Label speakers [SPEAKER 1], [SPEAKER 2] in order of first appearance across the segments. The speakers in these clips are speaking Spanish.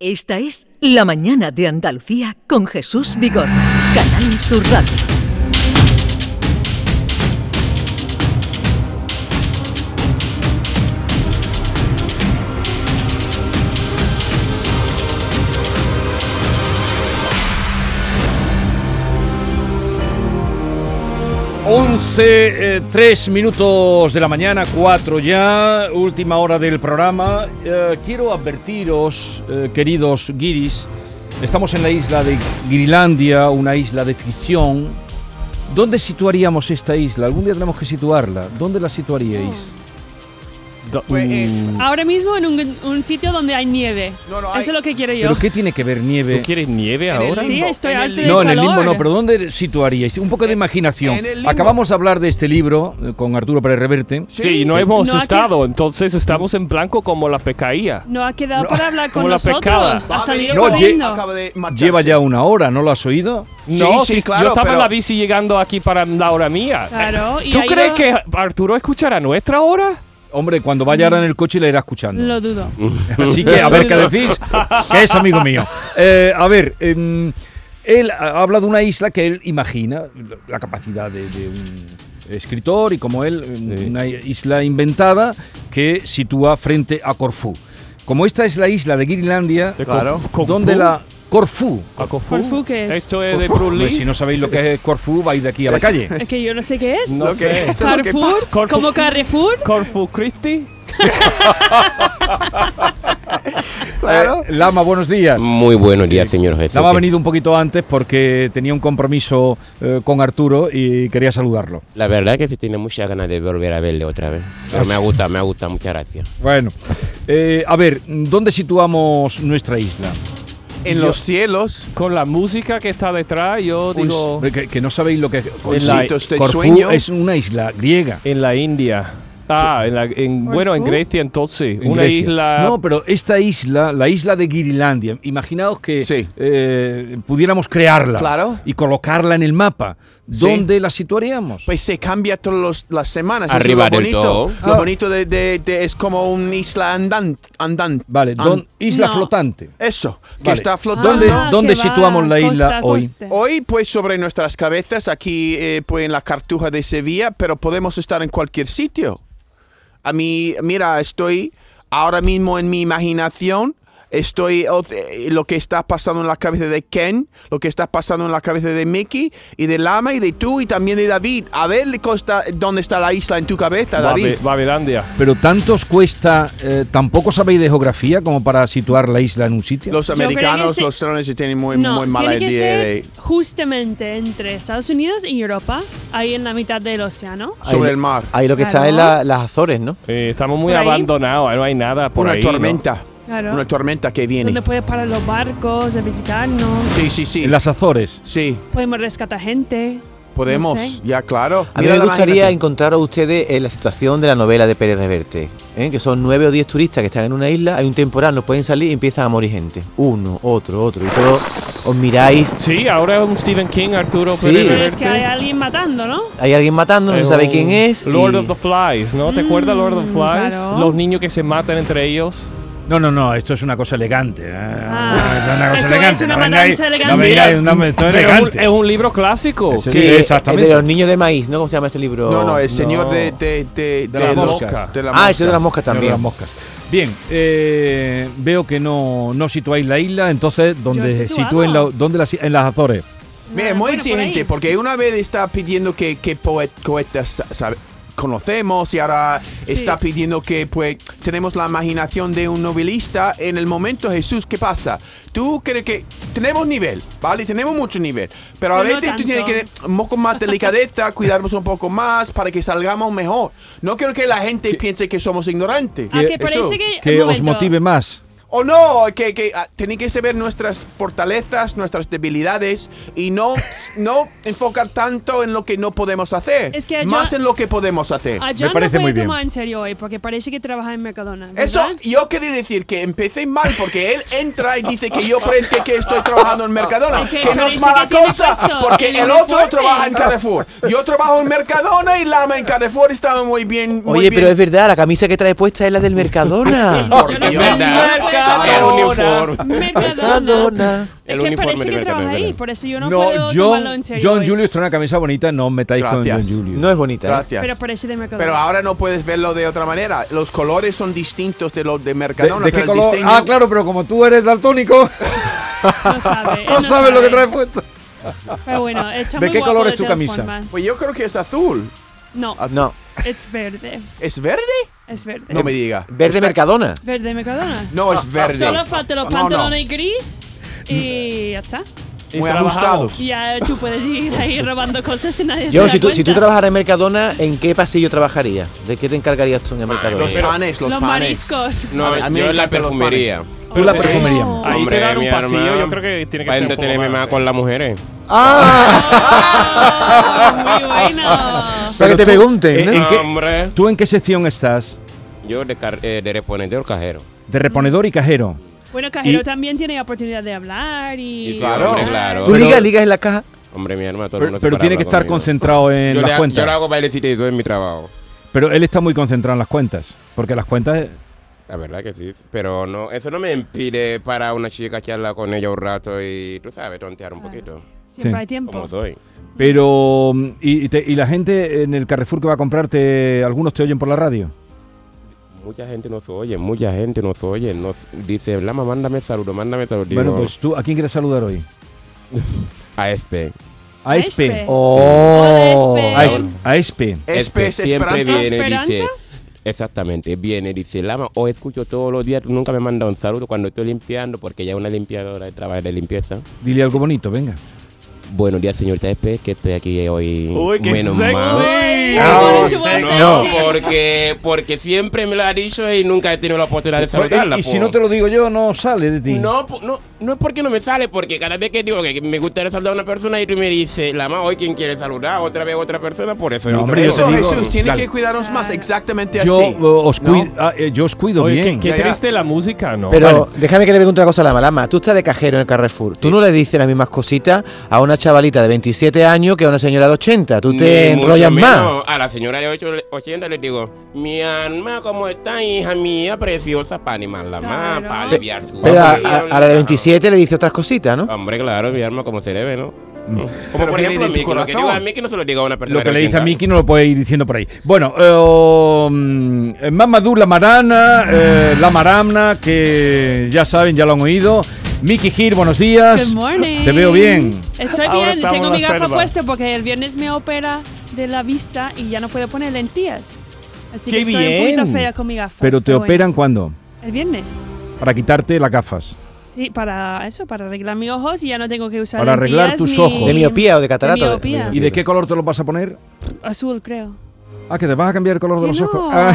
[SPEAKER 1] Esta es La Mañana de Andalucía con Jesús Vigorra, Canal Sur Radio.
[SPEAKER 2] Once, eh, tres minutos de la mañana, 4 ya, última hora del programa. Eh, quiero advertiros, eh, queridos guiris, estamos en la isla de Grilandia, una isla de ficción. ¿Dónde situaríamos esta isla? Algún día tenemos que situarla. ¿Dónde la situaríais?
[SPEAKER 3] Oh,
[SPEAKER 2] Do-
[SPEAKER 3] eh,
[SPEAKER 4] mm,
[SPEAKER 2] Uh,
[SPEAKER 5] Ahora mismo en un, un sitio donde hay nieve. Eso es lo que quiero yo.
[SPEAKER 2] ¿Pero qué tiene que ver nieve?
[SPEAKER 4] ¿Tú quieres nieve ahora?
[SPEAKER 5] Sí, estoy
[SPEAKER 3] eh, en el
[SPEAKER 5] alto de
[SPEAKER 2] No, en el
[SPEAKER 5] calor.
[SPEAKER 2] limbo no, pero ¿dónde situaríais? Un poco de imaginación.
[SPEAKER 3] en el limbo.
[SPEAKER 2] Acabamos de hablar de este libro eh, con Arturo Pérez Reverte.
[SPEAKER 4] Sí, no hemos
[SPEAKER 5] No, aquí-
[SPEAKER 4] estado, entonces estamos en blanco como la pecaía.
[SPEAKER 5] No ha quedado para hablar
[SPEAKER 4] como
[SPEAKER 5] con
[SPEAKER 4] la pecada.
[SPEAKER 5] nosotros. Ha
[SPEAKER 3] Va a venir
[SPEAKER 5] salido
[SPEAKER 2] No,
[SPEAKER 3] con-
[SPEAKER 5] corriendo.
[SPEAKER 3] acaba de marcharse.
[SPEAKER 2] Lleva ya una hora, ¿no lo has oído?
[SPEAKER 3] Sí,
[SPEAKER 4] no,
[SPEAKER 3] sí,
[SPEAKER 4] si-
[SPEAKER 3] claro,
[SPEAKER 4] yo estaba en
[SPEAKER 3] pero-
[SPEAKER 4] la bici llegando aquí para la hora mía.
[SPEAKER 5] Claro, y
[SPEAKER 4] ¿Tú
[SPEAKER 5] ha ido-
[SPEAKER 4] crees que Arturo escuchará nuestra hora?
[SPEAKER 2] Hombre, cuando vaya ahora en el coche le irá escuchando.
[SPEAKER 5] Lo dudo.
[SPEAKER 2] Así que a ver qué decís, que es amigo mío. Eh, a ver, em, él ha- habla de una isla que él imagina, la capacidad de, de un escritor y como él, em,
[SPEAKER 4] Sí.
[SPEAKER 2] una isla inventada que sitúa frente a Corfú. Como esta es la isla de Groenlandia,
[SPEAKER 4] De
[SPEAKER 3] Claro.
[SPEAKER 4] Conf- Confú.
[SPEAKER 2] donde la Corfú.
[SPEAKER 4] ¿A Confú?
[SPEAKER 5] ¿Corfú qué es?
[SPEAKER 4] Esto es Eh, de Bruce
[SPEAKER 2] Hombre,
[SPEAKER 4] Lee.
[SPEAKER 2] si no sabéis lo que es Corfú, vais de aquí a la
[SPEAKER 3] Es-
[SPEAKER 2] calle.
[SPEAKER 5] Es que yo no sé qué es.
[SPEAKER 4] No
[SPEAKER 3] Lo que-
[SPEAKER 4] sé.
[SPEAKER 3] esto es lo que
[SPEAKER 5] Carrefour,
[SPEAKER 4] Corfu-
[SPEAKER 5] como Carrefour.
[SPEAKER 4] Corfu Christi.
[SPEAKER 3] Claro.
[SPEAKER 2] Eh, Lama, buenos días.
[SPEAKER 6] Muy buenos días, señor jefe.
[SPEAKER 2] Lama ha venido un poquito antes porque tenía un compromiso eh, con Arturo y quería saludarlo.
[SPEAKER 6] La verdad que se tiene muchas ganas de volver a verle otra vez. Pero me ha gustado, me ha gustado, muchas gracias.
[SPEAKER 2] Bueno, eh, a ver, ¿dónde situamos nuestra isla?
[SPEAKER 3] En los cielos,
[SPEAKER 4] Con la música que está detrás, yo digo.
[SPEAKER 2] Hombre, Que, que no sabéis lo que es.
[SPEAKER 4] En la-
[SPEAKER 3] Conciertos de
[SPEAKER 2] Corfú
[SPEAKER 3] este sueño.
[SPEAKER 2] es una isla griega.
[SPEAKER 4] En la India. Ah, en la- en- bueno, en
[SPEAKER 5] Corfú.
[SPEAKER 4] Grecia entonces.
[SPEAKER 2] en
[SPEAKER 4] una
[SPEAKER 2] Grecia.
[SPEAKER 4] isla.
[SPEAKER 2] No, pero esta isla, la isla de Girilandia, imaginaos que
[SPEAKER 3] Sí.
[SPEAKER 2] eh, pudiéramos crearla
[SPEAKER 3] Claro.
[SPEAKER 2] y colocarla en el mapa.
[SPEAKER 3] Sí.
[SPEAKER 2] ¿Dónde la situaríamos?
[SPEAKER 3] pues se cambia todas los- las semanas. Eso es lo
[SPEAKER 6] Arriba del
[SPEAKER 3] bonito.
[SPEAKER 6] todo.
[SPEAKER 2] Ah.
[SPEAKER 3] Lo bonito de, de- de- es como una isla andante. andante
[SPEAKER 2] vale, don- isla
[SPEAKER 5] Ah, No.
[SPEAKER 2] flotante.
[SPEAKER 3] Eso, que
[SPEAKER 2] Vale.
[SPEAKER 3] está flotando.
[SPEAKER 2] ¿Dónde-
[SPEAKER 5] Ah,
[SPEAKER 2] dónde
[SPEAKER 5] que
[SPEAKER 2] situamos
[SPEAKER 5] va
[SPEAKER 2] la isla
[SPEAKER 5] costa a
[SPEAKER 2] hoy?
[SPEAKER 5] costa.
[SPEAKER 3] Hoy, pues, sobre nuestras cabezas, aquí, eh, pues, en la Cartuja de Sevilla, pero podemos estar en cualquier sitio. A mí, mira, estoy ahora mismo en mi imaginación, estoy o- eh, lo que está pasando en la cabeza de Ken, lo que está pasando en la cabeza de Mickey, y de Lama, y de tú, y también de David. A ver, Costa, ¿dónde está la isla en tu cabeza,
[SPEAKER 4] Babe-
[SPEAKER 3] David?
[SPEAKER 4] Babelandia.
[SPEAKER 2] Pero tanto os cuesta, eh, tampoco sabéis de geografía como para situar la isla en un sitio.
[SPEAKER 3] Los
[SPEAKER 5] Yo creo que
[SPEAKER 3] americanos,
[SPEAKER 5] ese-
[SPEAKER 3] los estadounidenses tienen muy,
[SPEAKER 5] no,
[SPEAKER 3] muy mala
[SPEAKER 5] tiene que
[SPEAKER 3] idea de-
[SPEAKER 5] ser justamente entre Estados Unidos y Europa, ahí en la mitad del océano.
[SPEAKER 3] sobre
[SPEAKER 7] Ahí-
[SPEAKER 3] el mar.
[SPEAKER 7] Ahí lo que
[SPEAKER 5] Claro.
[SPEAKER 7] está es la- las Azores, ¿no?
[SPEAKER 4] Eh, estamos muy
[SPEAKER 5] Por ahí.
[SPEAKER 4] abandonados, eh, no hay nada por
[SPEAKER 3] una
[SPEAKER 4] ahí. ¿no?
[SPEAKER 3] tormenta,
[SPEAKER 5] Claro.
[SPEAKER 3] una tormenta que
[SPEAKER 5] Donde
[SPEAKER 3] viene.
[SPEAKER 5] puedes parar los barcos, a visitarnos,
[SPEAKER 3] Sí, sí, sí.
[SPEAKER 2] En las Azores.
[SPEAKER 3] Sí,
[SPEAKER 5] podemos rescatar gente.
[SPEAKER 3] podemos,
[SPEAKER 5] No sé.
[SPEAKER 3] ya claro.
[SPEAKER 7] A mí
[SPEAKER 3] Mira
[SPEAKER 7] me
[SPEAKER 3] la
[SPEAKER 7] gustaría
[SPEAKER 3] imaginación.
[SPEAKER 7] encontrar a ustedes eh, la situación de la novela de Pérez Reverte, ¿eh? que son nueve o diez turistas que están en una isla, hay un temporal, no pueden salir y empiezan a morir gente. Uno, otro, otro, y todos os miráis,
[SPEAKER 4] Sí, ahora es un Stephen King, Arturo
[SPEAKER 7] Sí.
[SPEAKER 4] Pérez
[SPEAKER 7] Pero
[SPEAKER 5] Pero es
[SPEAKER 4] Reverte.
[SPEAKER 5] que hay alguien matando, ¿no?
[SPEAKER 7] hay alguien matando, no se
[SPEAKER 4] Es
[SPEAKER 7] sabe
[SPEAKER 4] un
[SPEAKER 7] quién es. y-
[SPEAKER 4] Lord of the Flies, ¿no? ¿Te acuerdas Lord of the
[SPEAKER 5] Mm,
[SPEAKER 4] Flies?
[SPEAKER 5] claro.
[SPEAKER 4] Los niños que se matan entre ellos.
[SPEAKER 2] No, no, no, esto es una cosa elegante. ¿eh? es una cosa
[SPEAKER 5] Ah, eso es
[SPEAKER 2] elegante.
[SPEAKER 5] una
[SPEAKER 2] no vengáis,
[SPEAKER 5] matanza
[SPEAKER 2] no
[SPEAKER 5] elegante.
[SPEAKER 2] vengáis, no, esto es
[SPEAKER 4] mm, Pero es, un,
[SPEAKER 2] elegante.
[SPEAKER 4] es un libro clásico.
[SPEAKER 2] Ese-
[SPEAKER 7] Sí,
[SPEAKER 2] Sí,
[SPEAKER 7] eh,
[SPEAKER 2] exactamente.
[SPEAKER 7] de los niños de maíz, ¿no? ¿Cómo se llama ese libro?
[SPEAKER 3] No, no, el señor
[SPEAKER 4] No.
[SPEAKER 3] de, de, de,
[SPEAKER 2] De las
[SPEAKER 3] los-
[SPEAKER 2] moscas.
[SPEAKER 3] de las
[SPEAKER 7] Ah, el señor de las
[SPEAKER 2] Señor de
[SPEAKER 3] moscas.
[SPEAKER 7] moscas también.
[SPEAKER 2] las moscas. Bien, eh, veo que no, no situáis la isla, entonces,
[SPEAKER 5] he
[SPEAKER 2] donde
[SPEAKER 5] situado.
[SPEAKER 2] sitúen la, donde la si- en las Azores.
[SPEAKER 3] Mira, es muy
[SPEAKER 5] Bueno, por
[SPEAKER 3] exigente,
[SPEAKER 5] ahí.
[SPEAKER 3] porque una vez está pidiendo que, que poe- poetas sa- sabe- conocemos y ahora está pidiendo que pues tenemos la imaginación de un novelista. En el momento, Jesús, ¿qué pasa? Tú crees que tenemos nivel, ¿vale? Tenemos mucho nivel, pero a
[SPEAKER 5] Pero Pues no
[SPEAKER 3] veces tú tienes que
[SPEAKER 5] tanto.
[SPEAKER 3] un poco más delicadeza, cuidarnos un poco más para que salgamos mejor. No quiero que la gente piense que somos ignorantes.
[SPEAKER 5] Ah, que
[SPEAKER 3] Eso.
[SPEAKER 5] parece que.
[SPEAKER 2] Que
[SPEAKER 5] un
[SPEAKER 2] os
[SPEAKER 5] momento.
[SPEAKER 2] motive más.
[SPEAKER 3] O no, que, que ah, tienen que saber nuestras fortalezas, nuestras debilidades y no, no enfocar tanto en lo que no podemos hacer,
[SPEAKER 5] Es que yo-
[SPEAKER 3] más en lo que podemos hacer.
[SPEAKER 5] A John
[SPEAKER 2] parece
[SPEAKER 5] no
[SPEAKER 2] muy
[SPEAKER 5] puede
[SPEAKER 2] bien.
[SPEAKER 5] tomar en serio hoy porque parece que trabaja en Mercadona.
[SPEAKER 3] Eso
[SPEAKER 5] ¿verdad?
[SPEAKER 3] yo quería decir que empecé mal porque él entra y dice que yo parece que estoy trabajando en Mercadona,
[SPEAKER 5] Es que
[SPEAKER 3] que no es
[SPEAKER 5] parece
[SPEAKER 3] mala
[SPEAKER 5] que tiene
[SPEAKER 3] cosa
[SPEAKER 5] puesto
[SPEAKER 3] porque
[SPEAKER 5] el
[SPEAKER 3] el otro
[SPEAKER 5] uniforme.
[SPEAKER 3] trabaja en Carrefour. Yo trabajo en Mercadona y Lama en Carrefour está muy bien. muy
[SPEAKER 7] Oye, pero
[SPEAKER 3] bien.
[SPEAKER 7] es verdad, la camisa que trae puesta es la del Mercadona.
[SPEAKER 3] Por
[SPEAKER 5] Yo no
[SPEAKER 3] Dios.
[SPEAKER 5] puedo- yo no puedo
[SPEAKER 6] El uniforme.
[SPEAKER 5] Mercadona.
[SPEAKER 7] Mercadona.
[SPEAKER 6] El
[SPEAKER 5] es que
[SPEAKER 6] uniforme
[SPEAKER 5] parece
[SPEAKER 6] de
[SPEAKER 5] que trabaja
[SPEAKER 6] Mercadona.
[SPEAKER 5] ahí, por eso yo no, puedo
[SPEAKER 2] No, John,
[SPEAKER 5] tomarlo en serio.
[SPEAKER 2] John
[SPEAKER 5] hoy.
[SPEAKER 2] Julius tiene una camisa bonita, no os metáis con
[SPEAKER 3] Gracias.
[SPEAKER 2] John Julius.
[SPEAKER 7] No es bonita. ¿eh?
[SPEAKER 3] Gracias.
[SPEAKER 5] Pero parece de Mercadona.
[SPEAKER 3] Pero ah, ahora no puedes verlo de otra manera. Los colores son distintos de los de
[SPEAKER 2] ¿De-
[SPEAKER 3] Mercadona.
[SPEAKER 2] ¿De, qué
[SPEAKER 3] pero el
[SPEAKER 2] color?
[SPEAKER 3] diseño-
[SPEAKER 2] Ah, claro, pero como tú eres daltónico,
[SPEAKER 5] Eh, No sabe. él
[SPEAKER 2] no sabes lo que traes puesto.
[SPEAKER 5] Pero bueno, está
[SPEAKER 2] ¿De
[SPEAKER 5] muy
[SPEAKER 2] qué
[SPEAKER 5] guapo
[SPEAKER 2] color es
[SPEAKER 5] de
[SPEAKER 2] tu
[SPEAKER 5] todas
[SPEAKER 2] camisa? Ah.
[SPEAKER 5] formas.
[SPEAKER 3] Pues yo creo que es azul.
[SPEAKER 5] No,
[SPEAKER 7] No.
[SPEAKER 5] es verde.
[SPEAKER 3] ¿Es verde?
[SPEAKER 5] Es verde.
[SPEAKER 3] No me diga.
[SPEAKER 7] Verde Mercadona.
[SPEAKER 5] Verde Mercadona.
[SPEAKER 3] No, es verde.
[SPEAKER 5] Ah, Solo falta los
[SPEAKER 3] No, no.
[SPEAKER 5] pantalones gris y ya está.
[SPEAKER 4] Y
[SPEAKER 3] Muy
[SPEAKER 4] trabajamos.
[SPEAKER 3] ajustados.
[SPEAKER 5] Ya tú puedes ir ahí robando cosas y nadie se
[SPEAKER 7] Yo,
[SPEAKER 5] da
[SPEAKER 7] si tú, si tú
[SPEAKER 5] cuenta.
[SPEAKER 7] trabajaras en Mercadona, ¿en qué pasillo trabajarías? ¿De qué te encargarías tú en el Mercadona?
[SPEAKER 3] Los panes, los,
[SPEAKER 5] Los
[SPEAKER 3] panes.
[SPEAKER 5] mariscos.
[SPEAKER 6] No,
[SPEAKER 3] A ver, a mí
[SPEAKER 6] yo
[SPEAKER 3] me
[SPEAKER 6] en la
[SPEAKER 3] encantan los
[SPEAKER 6] perfumería.
[SPEAKER 2] Tú la perfumería.
[SPEAKER 5] No.
[SPEAKER 4] Ahí
[SPEAKER 6] Hombre,
[SPEAKER 4] te dan un
[SPEAKER 6] mi
[SPEAKER 4] pasillo,
[SPEAKER 6] hermano,
[SPEAKER 4] yo creo que tiene que
[SPEAKER 6] Para
[SPEAKER 4] ser un poco
[SPEAKER 6] entretenerme
[SPEAKER 4] más.
[SPEAKER 6] más con las mujeres.
[SPEAKER 7] ¡Ah!
[SPEAKER 5] Ah, muy bueno.
[SPEAKER 7] Para que te
[SPEAKER 4] Eh,
[SPEAKER 7] pregunten,
[SPEAKER 2] ¿En-
[SPEAKER 7] ¿no?
[SPEAKER 2] eh, en qué-
[SPEAKER 6] Hombre,
[SPEAKER 2] ¿Tú en qué sección estás?
[SPEAKER 6] yo de, car- eh, de reponedor cajero.
[SPEAKER 2] De reponedor y cajero.
[SPEAKER 5] Bueno, Cajero
[SPEAKER 2] Y-
[SPEAKER 5] también tiene oportunidad de hablar y.
[SPEAKER 6] Y
[SPEAKER 3] claro,
[SPEAKER 5] hablar.
[SPEAKER 6] claro.
[SPEAKER 7] ¿Tú
[SPEAKER 2] Pero-
[SPEAKER 7] ligas, ligas en la caja?
[SPEAKER 6] Hombre, mi hermano, todo el
[SPEAKER 2] Pero,
[SPEAKER 6] mundo se
[SPEAKER 2] pero
[SPEAKER 6] para
[SPEAKER 2] tiene que
[SPEAKER 6] hablar
[SPEAKER 2] estar
[SPEAKER 6] conmigo.
[SPEAKER 2] concentrado en
[SPEAKER 6] yo,
[SPEAKER 2] las
[SPEAKER 6] le, ha-
[SPEAKER 2] cuentas.
[SPEAKER 6] yo le hago bailecito y todo en mi trabajo.
[SPEAKER 2] Pero él está muy concentrado en las cuentas. Porque las cuentas.
[SPEAKER 6] La verdad que sí. Pero no, eso no me impide para una chica charlar con ella un rato y, tú sabes, tontear un
[SPEAKER 5] Claro.
[SPEAKER 6] poquito.
[SPEAKER 5] Siempre
[SPEAKER 2] Sí.
[SPEAKER 5] hay tiempo.
[SPEAKER 6] Como doy.
[SPEAKER 2] Pero. mm, Y, y te- y la gente en el Carrefour que va a comprarte, algunos te oyen por la radio.
[SPEAKER 6] Mucha gente nos oye, mucha gente nos oye. Nos dice, Lama, mándame saludo, mándame saludo.
[SPEAKER 2] Bueno,
[SPEAKER 6] Digo,
[SPEAKER 2] pues tú, ¿a quién quieres saludar hoy?
[SPEAKER 6] A este.
[SPEAKER 2] A
[SPEAKER 5] Espe.
[SPEAKER 2] ESPE.
[SPEAKER 7] ¡Oh!
[SPEAKER 2] A,
[SPEAKER 5] Hola,
[SPEAKER 2] es- a ESPE.
[SPEAKER 3] Espe
[SPEAKER 2] Este
[SPEAKER 3] es
[SPEAKER 6] este siempre
[SPEAKER 3] esperanza.
[SPEAKER 6] viene, dice.
[SPEAKER 5] ¿Esperanza?
[SPEAKER 6] Exactamente, viene, dice, Lama, o escucho todos los días, tú nunca me manda un saludo cuando estoy limpiando, porque ya una limpiadora de trabajo de limpieza.
[SPEAKER 2] Dile algo bonito, venga.
[SPEAKER 6] Buenos días, señorita Espe, que estoy aquí hoy.
[SPEAKER 4] Uy, qué
[SPEAKER 6] Menos
[SPEAKER 4] sexy.
[SPEAKER 6] mal.
[SPEAKER 5] Uy,
[SPEAKER 4] No,
[SPEAKER 5] por su voz
[SPEAKER 4] no,
[SPEAKER 5] de
[SPEAKER 6] No,
[SPEAKER 5] sí.
[SPEAKER 6] porque, porque siempre me lo ha dicho y nunca he tenido la oportunidad de saludarla.
[SPEAKER 2] Pues,
[SPEAKER 6] pues.
[SPEAKER 2] y
[SPEAKER 6] po.
[SPEAKER 2] si no te lo digo yo, no sale de ti.
[SPEAKER 6] No, po- no, no es porque no me sale, porque cada vez que digo que me gustaría saludar a una persona y tú me dices, la más hoy quien quiere saludar, otra vez otra persona, por eso
[SPEAKER 2] No,
[SPEAKER 6] yo te
[SPEAKER 2] hombre, yo
[SPEAKER 6] digo.
[SPEAKER 3] Eso,
[SPEAKER 2] te digo,
[SPEAKER 3] Jesús, tiene
[SPEAKER 2] dale.
[SPEAKER 3] que cuidarnos más. Exactamente
[SPEAKER 2] yo,
[SPEAKER 3] así.
[SPEAKER 2] eh, os
[SPEAKER 3] ¿no?
[SPEAKER 2] cuido, ah, eh, yo os cuido
[SPEAKER 4] Oye, qué,
[SPEAKER 2] bien.
[SPEAKER 4] qué
[SPEAKER 3] Ya, ya.
[SPEAKER 4] triste la música, ¿no?
[SPEAKER 7] Pero déjame que le pregunte una cosa a la Malama. Tú estás de cajero en el Carrefour. Tú no le dices las mismas cositas a una chavalita de 27 años que a una señora de 80. Tú
[SPEAKER 6] Ni
[SPEAKER 7] te
[SPEAKER 6] mucho
[SPEAKER 7] enrollas más.
[SPEAKER 6] menos. A la señora de 8 80 le digo, mi alma, ¿cómo está, hija mía? Preciosa, para animar la más,
[SPEAKER 5] Claro.
[SPEAKER 6] para aliviar su
[SPEAKER 7] Pero a, a-
[SPEAKER 6] hambre,
[SPEAKER 7] a la de
[SPEAKER 6] ¿no?
[SPEAKER 7] 27 le dice otras cositas, ¿no?
[SPEAKER 6] Hombre, claro, mi alma, como se debe, ¿no? Como
[SPEAKER 3] Pero
[SPEAKER 6] por
[SPEAKER 3] viene
[SPEAKER 6] ejemplo
[SPEAKER 3] de tu
[SPEAKER 6] a Mickey, lo que
[SPEAKER 3] corazón.
[SPEAKER 6] digo a Mickey no se lo digo a una persona.
[SPEAKER 2] Lo que
[SPEAKER 6] de
[SPEAKER 2] le dice
[SPEAKER 6] 80
[SPEAKER 2] a Miki no lo puede ir diciendo por ahí. Bueno, eh, mm, eh, Mamadou La Marana, eh, La Maramna, que ya saben, ya lo han oído. Miki Gir, buenos días.
[SPEAKER 5] Good morning.
[SPEAKER 2] Te veo bien.
[SPEAKER 5] Estoy
[SPEAKER 4] Ahora
[SPEAKER 5] bien,
[SPEAKER 4] estamos
[SPEAKER 5] tengo
[SPEAKER 4] en
[SPEAKER 5] mi
[SPEAKER 4] la
[SPEAKER 5] gafa
[SPEAKER 4] selva.
[SPEAKER 5] puesta porque el viernes me opera de la vista y ya no puedo poner lentillas. Así
[SPEAKER 4] ¡Qué
[SPEAKER 5] que estoy un poquito
[SPEAKER 4] bien!
[SPEAKER 5] fea con mi gafa.
[SPEAKER 2] Pero te operan cuándo?
[SPEAKER 5] El viernes.
[SPEAKER 2] Para quitarte las gafas.
[SPEAKER 5] Sí, para eso, para arreglar mis ojos y ya no tengo que usar
[SPEAKER 2] Para arreglar
[SPEAKER 5] lentillas
[SPEAKER 2] tus
[SPEAKER 5] ni-
[SPEAKER 2] ojos.
[SPEAKER 7] ¿De miopía o de catarata?
[SPEAKER 5] De miopía.
[SPEAKER 2] ¿Y de qué color te lo vas a poner?
[SPEAKER 5] Azul, creo.
[SPEAKER 2] Ah, que te vas a cambiar el color de los
[SPEAKER 5] Que no.
[SPEAKER 2] ojos. Ah,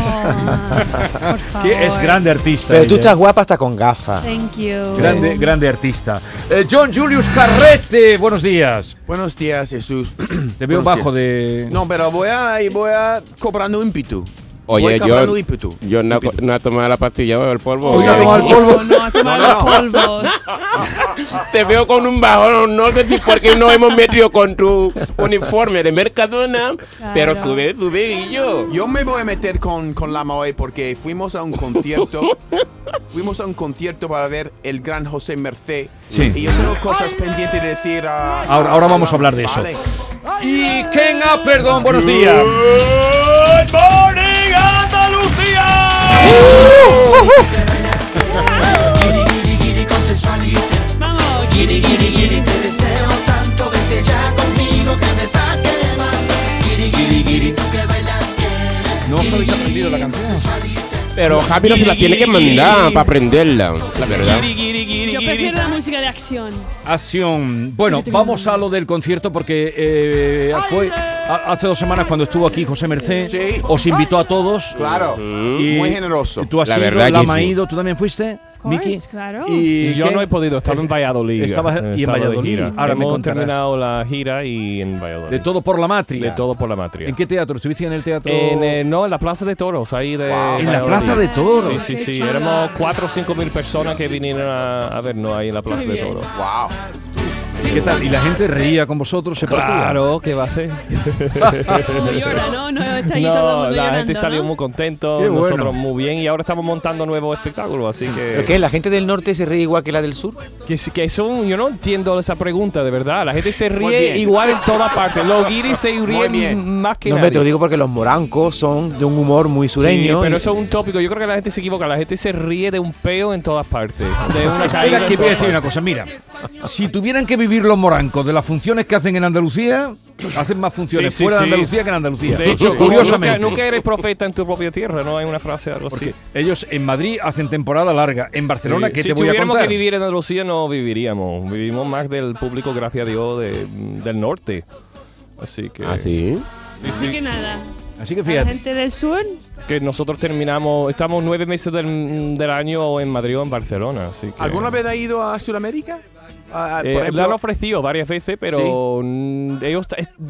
[SPEAKER 5] Por favor.
[SPEAKER 2] que es grande artista.
[SPEAKER 7] Pero tú
[SPEAKER 2] ella.
[SPEAKER 7] estás guapa hasta con gafas.
[SPEAKER 5] Thank you.
[SPEAKER 2] Grande, grande artista. Eh, John Julius Carrete, buenos días.
[SPEAKER 3] Buenos días, Jesús.
[SPEAKER 2] Te veo
[SPEAKER 3] Buenos
[SPEAKER 2] bajo
[SPEAKER 3] días.
[SPEAKER 2] de.
[SPEAKER 3] No, pero voy a, y voy a cobrando ímpetu.
[SPEAKER 6] Oye,
[SPEAKER 3] voy
[SPEAKER 6] yo,
[SPEAKER 3] cobrando ímpetu.
[SPEAKER 6] yo no, no he tomado la pastilla o el polvo.
[SPEAKER 2] Oye,
[SPEAKER 6] ¿sabes?
[SPEAKER 2] no, al polvo.
[SPEAKER 5] No, no, a tomar
[SPEAKER 3] No, no.
[SPEAKER 5] los polvos.
[SPEAKER 6] Te veo con un bajón, no sé si porque no hemos metido con tu uniforme de Mercadona, pero
[SPEAKER 5] Claro.
[SPEAKER 6] sube, sube y yo.
[SPEAKER 3] Yo me voy a meter con, con Lama hoy porque fuimos a un concierto. fuimos a un concierto para ver el gran José Merced.
[SPEAKER 2] Sí.
[SPEAKER 3] Y yo tengo cosas pendientes de decir a.
[SPEAKER 2] Ahora- ahora vamos a hablar de eso.
[SPEAKER 3] Vale.
[SPEAKER 2] Y Ken Ah, perdón, buenos días.
[SPEAKER 4] Good morning, Andalucía.
[SPEAKER 5] Vamos, guiri, guiri, guiri.
[SPEAKER 2] No os habéis aprendido la canción.
[SPEAKER 6] Pero Javi no se la tiene que mandar para aprenderla, la verdad.
[SPEAKER 5] Yo prefiero la música de acción.
[SPEAKER 2] Acción. Bueno, vamos a lo del concierto porque eh, fue a- hace dos semanas cuando estuvo aquí José Merced.
[SPEAKER 3] Sí.
[SPEAKER 2] Os invitó a todos.
[SPEAKER 3] Claro.
[SPEAKER 2] Y
[SPEAKER 3] Muy generoso.
[SPEAKER 2] Tú has
[SPEAKER 6] La
[SPEAKER 2] ido,
[SPEAKER 6] verdad que
[SPEAKER 2] Lama ha
[SPEAKER 6] sí.
[SPEAKER 2] ido, tú también fuiste,
[SPEAKER 5] course,
[SPEAKER 2] Miki.
[SPEAKER 5] claro.
[SPEAKER 4] Y yo no he podido, estaba en Valladolid.
[SPEAKER 2] Estabas
[SPEAKER 4] Estaba
[SPEAKER 2] y en
[SPEAKER 4] de
[SPEAKER 2] Valladolid.
[SPEAKER 4] gira.
[SPEAKER 2] Ahora me
[SPEAKER 4] Hemos
[SPEAKER 2] contarás.
[SPEAKER 4] terminado la gira y en Valladolid.
[SPEAKER 2] De todo por la matria.
[SPEAKER 4] De todo por la matria.
[SPEAKER 2] ¿En qué teatro? ¿Estuviste en el teatro?
[SPEAKER 4] En, eh, no, en la Plaza de Toros, ahí de.
[SPEAKER 2] En la
[SPEAKER 4] Valladolid.
[SPEAKER 2] Plaza de Toros.
[SPEAKER 5] Ah,
[SPEAKER 4] Sí, sí, sí. Éramos 4 o 5 mil personas que vinieron a, a vernos ahí en la Plaza de
[SPEAKER 5] bien.
[SPEAKER 4] Toros.
[SPEAKER 3] Wow.
[SPEAKER 2] ¿Qué tal? Y la gente reía con vosotros, se partía.
[SPEAKER 4] Claro, ¿qué va a hacer?
[SPEAKER 5] No llora, no, no bueno, está ahí todo el
[SPEAKER 4] No,
[SPEAKER 5] mundo
[SPEAKER 4] la
[SPEAKER 5] llorando,
[SPEAKER 4] gente salió
[SPEAKER 5] ¿no?
[SPEAKER 4] muy contento,
[SPEAKER 2] Qué bueno.
[SPEAKER 4] nosotros muy bien y ahora estamos montando nuevos espectáculos, así
[SPEAKER 7] ¿Pero
[SPEAKER 4] que,
[SPEAKER 7] qué? ¿La gente del norte se ríe igual que la del sur?
[SPEAKER 4] que sí- que son, yo no entiendo esa pregunta, de verdad. La gente se
[SPEAKER 3] Muy
[SPEAKER 4] ríe
[SPEAKER 3] bien.
[SPEAKER 4] igual en todas partes. Los guiris se ríen
[SPEAKER 3] bien.
[SPEAKER 4] más que
[SPEAKER 7] No, hombre,
[SPEAKER 4] nadie.
[SPEAKER 7] te lo digo porque los morancos son de un humor muy
[SPEAKER 4] Sí,
[SPEAKER 7] sureño.
[SPEAKER 4] pero
[SPEAKER 7] y-
[SPEAKER 4] eso es un tópico. Yo creo que la gente se equivoca. La gente se ríe de un peo en todas partes. De una
[SPEAKER 2] Espera,
[SPEAKER 4] caída en
[SPEAKER 2] que voy a
[SPEAKER 4] todas
[SPEAKER 2] decir una
[SPEAKER 4] partes.
[SPEAKER 2] cosa. Mira, si tuvieran que vivir los morancos de las funciones que hacen en Andalucía, hacen más funciones
[SPEAKER 4] Sí, sí,
[SPEAKER 2] fuera
[SPEAKER 4] sí.
[SPEAKER 2] de Andalucía que en Andalucía.
[SPEAKER 4] De hecho, como
[SPEAKER 2] curiosamente.
[SPEAKER 4] Nunca, nunca eres profeta en tu propia tierra, ¿no? Hay una frase algo así.
[SPEAKER 2] Porque ellos en Madrid hacen temporada larga. En Barcelona,
[SPEAKER 4] Sí.
[SPEAKER 2] ¿qué
[SPEAKER 4] si
[SPEAKER 2] te voy a
[SPEAKER 4] tuviéramos
[SPEAKER 2] contar?
[SPEAKER 4] que vivir en Andalucía, no viviríamos. Vivimos más del público, gracias a Dios, de- del norte. Así que.
[SPEAKER 6] ¿Ah, sí?
[SPEAKER 5] Así que nada,
[SPEAKER 2] Así que
[SPEAKER 5] la
[SPEAKER 2] fíjate.
[SPEAKER 5] gente del sur,
[SPEAKER 4] Que nosotros terminamos. Estamos nueve meses del, del año en Madrid o en Barcelona. Así que,
[SPEAKER 3] ¿Alguna vez ha ido a Sudamérica? A- a- Ah, por
[SPEAKER 4] Eh,
[SPEAKER 3] ejemplo-
[SPEAKER 4] lo han ofrecido varias veces, pero mm, ellos,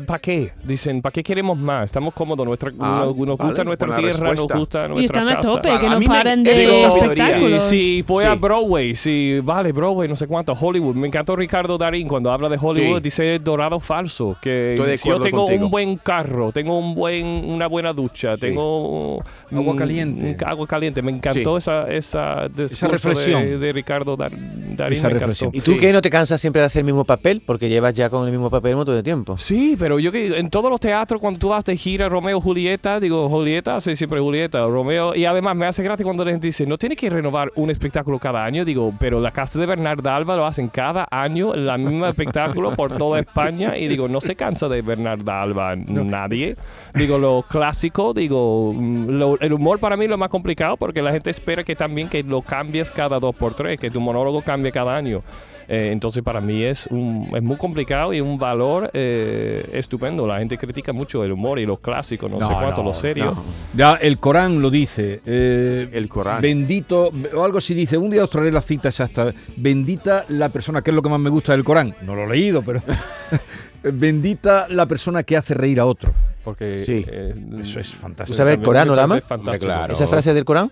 [SPEAKER 4] ¿para qué? Dicen, ¿para qué queremos más? Estamos cómodos, nuestra,
[SPEAKER 3] Ah,
[SPEAKER 4] nos, nos
[SPEAKER 3] vale,
[SPEAKER 4] gusta nuestra
[SPEAKER 3] buena
[SPEAKER 4] tierra,
[SPEAKER 3] respuesta.
[SPEAKER 4] nos gusta nuestra
[SPEAKER 5] y están a
[SPEAKER 4] casa.
[SPEAKER 5] tope,
[SPEAKER 3] Vale,
[SPEAKER 5] que
[SPEAKER 3] a
[SPEAKER 5] no
[SPEAKER 3] mí me-
[SPEAKER 5] paran
[SPEAKER 3] eso
[SPEAKER 5] de
[SPEAKER 3] es
[SPEAKER 4] Si
[SPEAKER 3] sabiduría.
[SPEAKER 5] espectáculos.
[SPEAKER 4] fue
[SPEAKER 3] Sí.
[SPEAKER 4] a Broadway, si vale, Broadway, no sé cuánto, Hollywood. Me encantó Ricardo Darín cuando habla de Hollywood,
[SPEAKER 3] Sí.
[SPEAKER 4] dice dorado falso. Que
[SPEAKER 3] Estoy de
[SPEAKER 4] si yo
[SPEAKER 3] acuerdo
[SPEAKER 4] tengo
[SPEAKER 3] contigo.
[SPEAKER 4] un buen carro, tengo un buen, una buena ducha, tengo mm,
[SPEAKER 2] Agua caliente.
[SPEAKER 4] mm, agua caliente. Me encantó
[SPEAKER 3] Sí.
[SPEAKER 4] esa, esa, discurso
[SPEAKER 2] reflexión.
[SPEAKER 4] de, de Ricardo Dar- Darín.
[SPEAKER 2] Esa
[SPEAKER 4] me encantó.
[SPEAKER 2] reflexión.
[SPEAKER 7] ¿Y tú
[SPEAKER 3] Sí.
[SPEAKER 7] qué? ¿No te cansas siempre de hacer el mismo papel? Porque llevas ya con el mismo papel un montón de tiempo.
[SPEAKER 4] Sí, pero yo que en todos los teatros cuando tú vas de gira Romeo Julieta, digo Julieta, sí, siempre Julieta, Romeo y además me hace gracia cuando la gente dice, "No tiene que renovar un espectáculo cada año", digo, "Pero la casa de Bernarda Alba lo hacen cada año el mismo espectáculo por toda España" y digo, "No se cansa de Bernarda Alba nadie". Digo, lo clásico, digo, mm, lo- el humor para mí es lo más complicado porque la gente espera que también que lo cambies cada dos por tres, que tu monólogo cambie cada año. Eh, entonces para mí es, un, es muy complicado y un valor eh, estupendo. La gente critica mucho el humor y los clásicos, no,
[SPEAKER 2] No,
[SPEAKER 4] sé cuánto,
[SPEAKER 2] no,
[SPEAKER 4] lo serio.
[SPEAKER 2] Ya el Corán lo dice. eh,
[SPEAKER 3] El Corán.
[SPEAKER 2] Bendito, o algo así dice. Un día os traeré la cita exacta. Bendita la persona, que es lo que más me gusta del Corán. No lo he leído, pero. Bendita la persona que hace reír a otro.
[SPEAKER 4] Porque
[SPEAKER 3] Sí.
[SPEAKER 4] eh,
[SPEAKER 2] Eso es
[SPEAKER 7] ¿Tú
[SPEAKER 2] fantástico.
[SPEAKER 7] sabes el Corán, Olama?
[SPEAKER 4] Es fantástico.
[SPEAKER 6] Claro.
[SPEAKER 7] ¿Esa frase del Corán?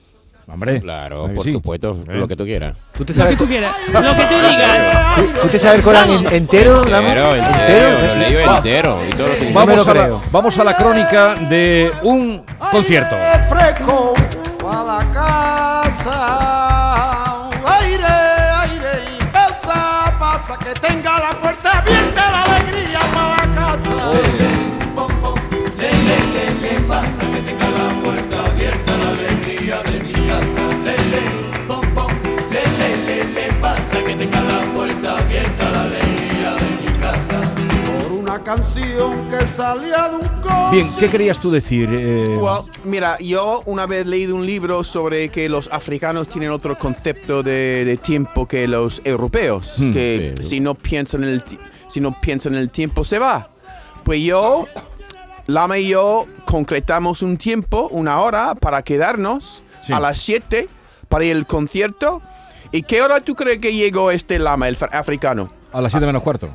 [SPEAKER 2] Hombre.
[SPEAKER 6] Claro,
[SPEAKER 2] ¿a que
[SPEAKER 6] por
[SPEAKER 2] sí?
[SPEAKER 6] supuesto,
[SPEAKER 2] ¿Eh?
[SPEAKER 6] lo que tú quieras.
[SPEAKER 7] ¿Tú te
[SPEAKER 5] Lo que
[SPEAKER 7] sabes,
[SPEAKER 5] tú quieras, lo que tú digas.
[SPEAKER 7] ¿tú te sabes el Corán en- entero, Olama?
[SPEAKER 6] Entero, entero, lo leí entero. Y todo lo que-
[SPEAKER 7] me
[SPEAKER 2] Vamos,
[SPEAKER 7] lo
[SPEAKER 2] a la,
[SPEAKER 7] creo.
[SPEAKER 2] vamos a la crónica de un concierto.
[SPEAKER 8] fresco a la casa. Aire, aire, pasa, pasa, que tenga la puerta abierta la alegría para la casa. Por una canción que salía de un coche.
[SPEAKER 2] Bien, ¿qué querías tú decir? eh?
[SPEAKER 3] Well, mira, yo una vez leído un libro sobre que los africanos tienen otro concepto de, de tiempo que los europeos, que si no piensan en el ti- si no piensan en el tiempo se va. Pues yo, Lama y yo concretamos un tiempo, una hora para quedarnos
[SPEAKER 2] Sí.
[SPEAKER 3] a las 7 para ir al concierto. ¿Y qué hora tú crees que llegó este Lama, el fra- africano?
[SPEAKER 2] a las 7 menos cuarto.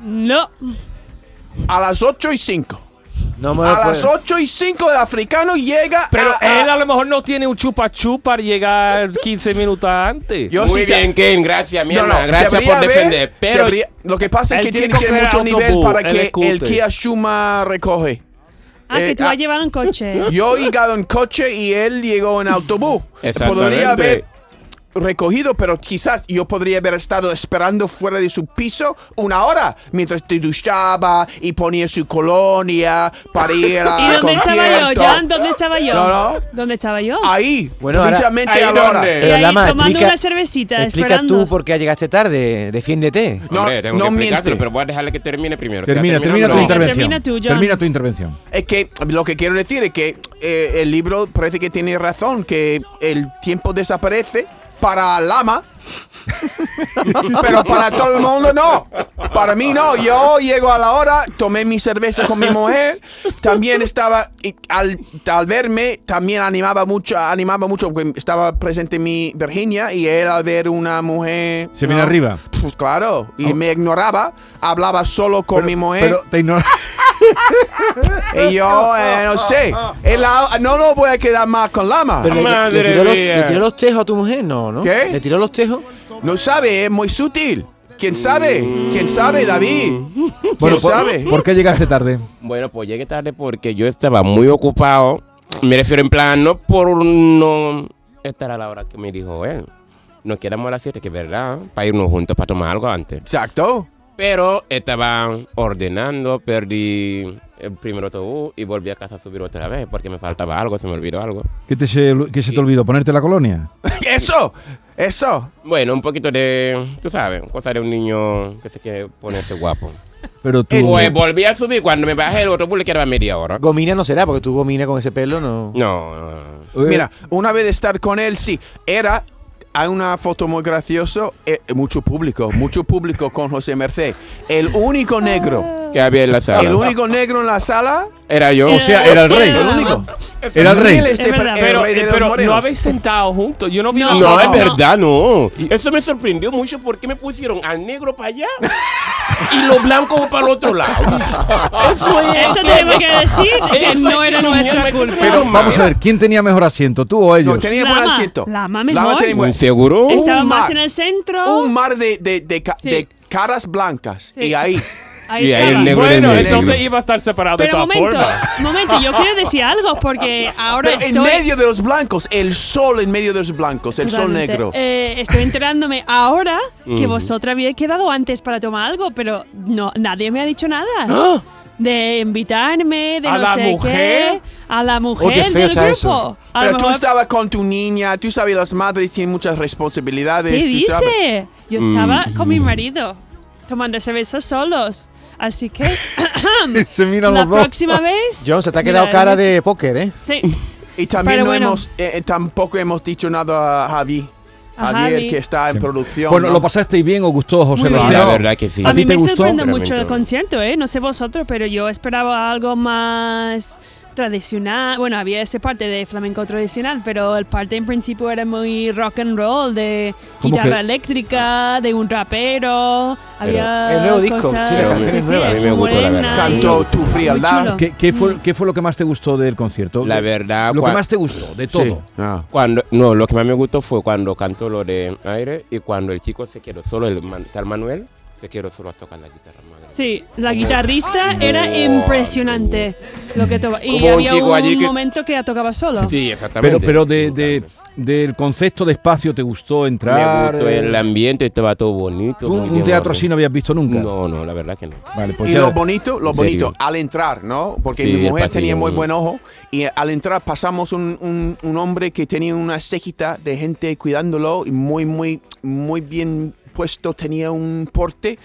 [SPEAKER 5] No,
[SPEAKER 3] A las 8 y 5.
[SPEAKER 7] No me
[SPEAKER 3] A
[SPEAKER 7] lo
[SPEAKER 3] las
[SPEAKER 7] puedo-
[SPEAKER 3] 8 y 5 el africano llega
[SPEAKER 4] pues. Pero
[SPEAKER 3] a- a-
[SPEAKER 4] él a lo mejor no tiene un chupa chupa para llegar 15 minutos antes.
[SPEAKER 3] Yo
[SPEAKER 6] Muy
[SPEAKER 3] sí te-
[SPEAKER 6] bien, Ken, gracias, mierda. gracias
[SPEAKER 3] debería
[SPEAKER 6] por
[SPEAKER 3] haber-
[SPEAKER 6] defender. Pero
[SPEAKER 3] debería- lo que pasa es
[SPEAKER 4] Él
[SPEAKER 3] que
[SPEAKER 4] tiene
[SPEAKER 3] tiene
[SPEAKER 4] que
[SPEAKER 3] que haber mucho
[SPEAKER 4] coger
[SPEAKER 3] nivel
[SPEAKER 4] autobús,
[SPEAKER 3] para
[SPEAKER 4] él es
[SPEAKER 3] que el
[SPEAKER 4] cutre.
[SPEAKER 3] Kia Shuma recoge.
[SPEAKER 5] ah,
[SPEAKER 3] Eh,
[SPEAKER 5] que tú
[SPEAKER 3] ah.
[SPEAKER 5] has llevado un coche.
[SPEAKER 3] Yo he llegado en coche y él llegó en autobús.
[SPEAKER 6] Exactamente.
[SPEAKER 3] Podría haber recogido, pero quizás yo podría haber estado esperando fuera de su piso una hora mientras te duchaba y ponía su colonia para ir
[SPEAKER 5] ¿Y
[SPEAKER 3] a
[SPEAKER 5] dónde estaba yo,
[SPEAKER 3] concierto.
[SPEAKER 5] Jan? ¿Dónde estaba yo?
[SPEAKER 3] No, Ah, no.
[SPEAKER 5] ¿Dónde estaba yo?
[SPEAKER 3] Ahí,
[SPEAKER 7] Bueno, ahora-
[SPEAKER 3] precisamente
[SPEAKER 6] ¿Ahí
[SPEAKER 3] a la hora.
[SPEAKER 6] dónde?
[SPEAKER 7] Pero
[SPEAKER 5] ahí
[SPEAKER 7] Lama,
[SPEAKER 5] tomando
[SPEAKER 7] explica,
[SPEAKER 5] una cervecita,
[SPEAKER 7] explica tú
[SPEAKER 5] esperando.
[SPEAKER 7] por qué llegaste tarde. Defiéndete.
[SPEAKER 3] No,
[SPEAKER 6] Hombre, tengo
[SPEAKER 3] no
[SPEAKER 6] que explicártelo,
[SPEAKER 3] miente.
[SPEAKER 6] pero voy a dejarle que termine primero.
[SPEAKER 2] Termina,
[SPEAKER 6] ¿Está
[SPEAKER 2] termina tu
[SPEAKER 6] terminando?
[SPEAKER 5] inter-
[SPEAKER 2] intervención.
[SPEAKER 5] Termina tú, John.
[SPEAKER 2] Termina tu intervención.
[SPEAKER 3] Es que lo que quiero decir es que eh, el libro parece que tiene razón, que el tiempo desaparece para Lama, pero para todo el mundo no. Para mí no. Yo llego a la hora, tomé mi cerveza con mi mujer, también estaba, y al, al verme, también animaba mucho, animaba mucho, porque estaba presente mi Virginia y él al ver una mujer...
[SPEAKER 2] Se viene arriba. Oh.
[SPEAKER 3] Pues claro, y me ignoraba, hablaba solo con mi mujer.
[SPEAKER 2] Pero te ignora.
[SPEAKER 3] Y yo, eh, no sé. El au- no lo voy a quedar más con Lama.
[SPEAKER 7] Pero le- le,
[SPEAKER 6] Madre
[SPEAKER 7] tiró los,
[SPEAKER 6] mía.
[SPEAKER 7] le tiró los tejos a tu mujer? No, ¿no?
[SPEAKER 3] ¿Qué?
[SPEAKER 7] ¿Le tiró los tejos?
[SPEAKER 3] no sabe, es muy sutil. ¿Quién sabe? ¿Quién sabe, David? ¿Quién
[SPEAKER 9] Bueno, por,
[SPEAKER 3] sabe?
[SPEAKER 9] ¿por qué llegaste tarde?
[SPEAKER 6] Bueno, pues llegué tarde porque yo estaba muy ocupado. Me refiero en plan, no por no estar a la hora que me dijo él. Nos quedamos a las 7, que es verdad, para irnos juntos para tomar algo antes.
[SPEAKER 3] Exacto.
[SPEAKER 6] Pero estaba ordenando, perdí el primer autobús y volví a casa a subir otra vez porque me faltaba algo, se me olvidó algo.
[SPEAKER 9] ¿Qué, te se, qué se te olvidó? ¿Ponerte la colonia?
[SPEAKER 3] Eso, eso.
[SPEAKER 6] Bueno, un poquito de, tú sabes, cosa de un niño que se quiere ponerse guapo.
[SPEAKER 9] Pero tú...
[SPEAKER 2] eh,
[SPEAKER 6] Pues volví a subir cuando me bajé el autobús le quedaba media hora.
[SPEAKER 7] Gomina no será, porque tú gomina con ese pelo no.
[SPEAKER 6] No, no, no.
[SPEAKER 9] Eh,
[SPEAKER 3] Mira, una vez de estar con él, sí, era. Hay una foto muy graciosa, eh, mucho público, mucho público con José Merced. El único negro,
[SPEAKER 6] que había en la sala.
[SPEAKER 3] el único negro en la sala,
[SPEAKER 6] Era yo.
[SPEAKER 2] O sea, era el rey.
[SPEAKER 3] el único.
[SPEAKER 2] eh, Era el rey.
[SPEAKER 3] Este-
[SPEAKER 5] Es verdad.
[SPEAKER 3] el
[SPEAKER 4] Pero,
[SPEAKER 3] rey de
[SPEAKER 4] eh,
[SPEAKER 3] los
[SPEAKER 4] pero no
[SPEAKER 3] morenos.
[SPEAKER 4] habéis sentado juntos. Yo no vi
[SPEAKER 5] No.
[SPEAKER 4] la
[SPEAKER 6] No,
[SPEAKER 4] foto.
[SPEAKER 6] es verdad, no. Eso me sorprendió mucho porque me pusieron al negro para allá y los blancos para el otro lado. Eso
[SPEAKER 5] Eso tenemos que decir que
[SPEAKER 6] Eso
[SPEAKER 5] no
[SPEAKER 6] es
[SPEAKER 5] era
[SPEAKER 6] que
[SPEAKER 5] nuestra
[SPEAKER 6] no me-
[SPEAKER 5] culpa.
[SPEAKER 9] pero vamos a ver, ¿quién tenía mejor asiento, tú o ellos?
[SPEAKER 3] No, tenía
[SPEAKER 5] Lama,
[SPEAKER 3] buen asiento.
[SPEAKER 5] Lama mejor.
[SPEAKER 3] tenía buen-
[SPEAKER 6] ¿Seguro?
[SPEAKER 3] Es-
[SPEAKER 5] Estaba
[SPEAKER 3] un
[SPEAKER 5] más
[SPEAKER 3] mar.
[SPEAKER 5] en el centro.
[SPEAKER 3] Un mar de, de, de ca-
[SPEAKER 5] Sí.
[SPEAKER 3] de caras blancas.
[SPEAKER 5] Sí.
[SPEAKER 3] Y ahí.
[SPEAKER 5] Ahí
[SPEAKER 6] Y ahí el
[SPEAKER 5] estaba.
[SPEAKER 6] negro-
[SPEAKER 4] Bueno,
[SPEAKER 6] Negro.
[SPEAKER 4] entonces iba a estar separado de
[SPEAKER 5] Pero
[SPEAKER 4] todas
[SPEAKER 5] momento,
[SPEAKER 4] formas.
[SPEAKER 5] momento, yo quiero decir algo porque ahora
[SPEAKER 3] Pero en
[SPEAKER 5] estoy
[SPEAKER 3] medio de los blancos, el sol en medio de los blancos, el sol
[SPEAKER 5] Totalmente.
[SPEAKER 3] negro.
[SPEAKER 5] Eh, estoy enterándome ahora que
[SPEAKER 6] Ujú.
[SPEAKER 5] vosotras habíais quedado antes para tomar algo, pero no, nadie me ha dicho nada. De invitarme, de
[SPEAKER 4] ¿A
[SPEAKER 5] no
[SPEAKER 4] la
[SPEAKER 5] sé
[SPEAKER 4] mujer?
[SPEAKER 5] qué, a la mujer
[SPEAKER 7] qué feo
[SPEAKER 5] del
[SPEAKER 7] está
[SPEAKER 5] grupo.
[SPEAKER 7] eso.
[SPEAKER 5] A lo
[SPEAKER 3] Pero tú
[SPEAKER 5] mejor-
[SPEAKER 3] estabas con tu niña, tú sabes, las madres tienen muchas responsabilidades.
[SPEAKER 5] ¿Qué
[SPEAKER 3] tú sabes.
[SPEAKER 5] dice? Yo estaba con mi marido tomando cerveza solos. Así que
[SPEAKER 9] se miran
[SPEAKER 5] la
[SPEAKER 9] los dos.
[SPEAKER 5] próxima vez.
[SPEAKER 7] John, se te ha quedado cara de póker, ¿eh?
[SPEAKER 5] Sí.
[SPEAKER 3] Y también
[SPEAKER 5] Pero
[SPEAKER 3] no
[SPEAKER 5] bueno.
[SPEAKER 3] hemos, eh, eh, tampoco hemos dicho nada a Javi.
[SPEAKER 5] A
[SPEAKER 3] Javier,
[SPEAKER 5] Javi.
[SPEAKER 3] que está en producción.
[SPEAKER 2] Bueno,
[SPEAKER 3] ¿no?
[SPEAKER 2] ¿lo pasasteis bien o gustó José
[SPEAKER 5] Muy bien.
[SPEAKER 2] García?
[SPEAKER 6] La verdad que sí.
[SPEAKER 5] A
[SPEAKER 2] ti
[SPEAKER 5] mí
[SPEAKER 2] te
[SPEAKER 5] me
[SPEAKER 2] gustó?
[SPEAKER 5] sorprende
[SPEAKER 6] Realmente.
[SPEAKER 5] mucho el concierto, ¿eh? No sé vosotros, pero yo esperaba algo más tradicional. Bueno, había esa parte de flamenco tradicional, pero el parte en principio era muy rock and roll, de
[SPEAKER 2] ¿Cómo
[SPEAKER 5] guitarra
[SPEAKER 2] que?
[SPEAKER 6] Ah.
[SPEAKER 5] eléctrica, de un rapero. Había
[SPEAKER 7] El nuevo disco,
[SPEAKER 5] cosas-
[SPEAKER 7] sí, la canción
[SPEAKER 5] sí,
[SPEAKER 7] es
[SPEAKER 5] sí,
[SPEAKER 7] nueva.
[SPEAKER 6] A mí me gustó, la
[SPEAKER 5] buena.
[SPEAKER 6] verdad.
[SPEAKER 3] Cantó tu frialdad.
[SPEAKER 5] chulo.
[SPEAKER 2] ¿Qué, qué
[SPEAKER 5] Mm.
[SPEAKER 2] fue, ¿Qué fue lo que más te gustó del concierto?
[SPEAKER 6] La verdad,
[SPEAKER 2] Lo que
[SPEAKER 6] cua-
[SPEAKER 2] más te gustó, de todo.
[SPEAKER 3] Ah.
[SPEAKER 6] cuando no, lo que más me gustó fue cuando cantó lo de aire y cuando el chico se quedó solo, el man- tal Manuel, se quedó solo a tocar la guitarra. madre.
[SPEAKER 5] Sí, la guitarrista era impresionante lo que tocaba. Y
[SPEAKER 6] Hubo un
[SPEAKER 5] había
[SPEAKER 6] chico
[SPEAKER 5] un,
[SPEAKER 6] allí que-
[SPEAKER 5] momento que la tocaba solo.
[SPEAKER 6] Sí,
[SPEAKER 2] Pero,
[SPEAKER 6] exactamente.
[SPEAKER 2] pero de, de- del concepto de espacio te gustó
[SPEAKER 6] me
[SPEAKER 2] entrar.
[SPEAKER 6] gustó
[SPEAKER 2] eh,
[SPEAKER 6] el ambiente, estaba todo bonito.
[SPEAKER 2] un,
[SPEAKER 6] muy
[SPEAKER 2] un
[SPEAKER 6] bien
[SPEAKER 2] teatro así no
[SPEAKER 6] organizado.
[SPEAKER 2] habías visto nunca.
[SPEAKER 6] No, no, la verdad que no.
[SPEAKER 2] Vale, pues
[SPEAKER 3] Y
[SPEAKER 2] ya-
[SPEAKER 3] lo bonito, lo
[SPEAKER 6] En serio.
[SPEAKER 3] bonito, al entrar, ¿no? Porque
[SPEAKER 6] Sí,
[SPEAKER 3] mi
[SPEAKER 6] el
[SPEAKER 3] mujer tenía
[SPEAKER 6] pasillo,
[SPEAKER 3] muy
[SPEAKER 6] mm.
[SPEAKER 3] buen ojo y al entrar pasamos un, un- un hombre que tenía una cejita de gente cuidándolo y muy, muy, muy bien puesto, tenía un porte,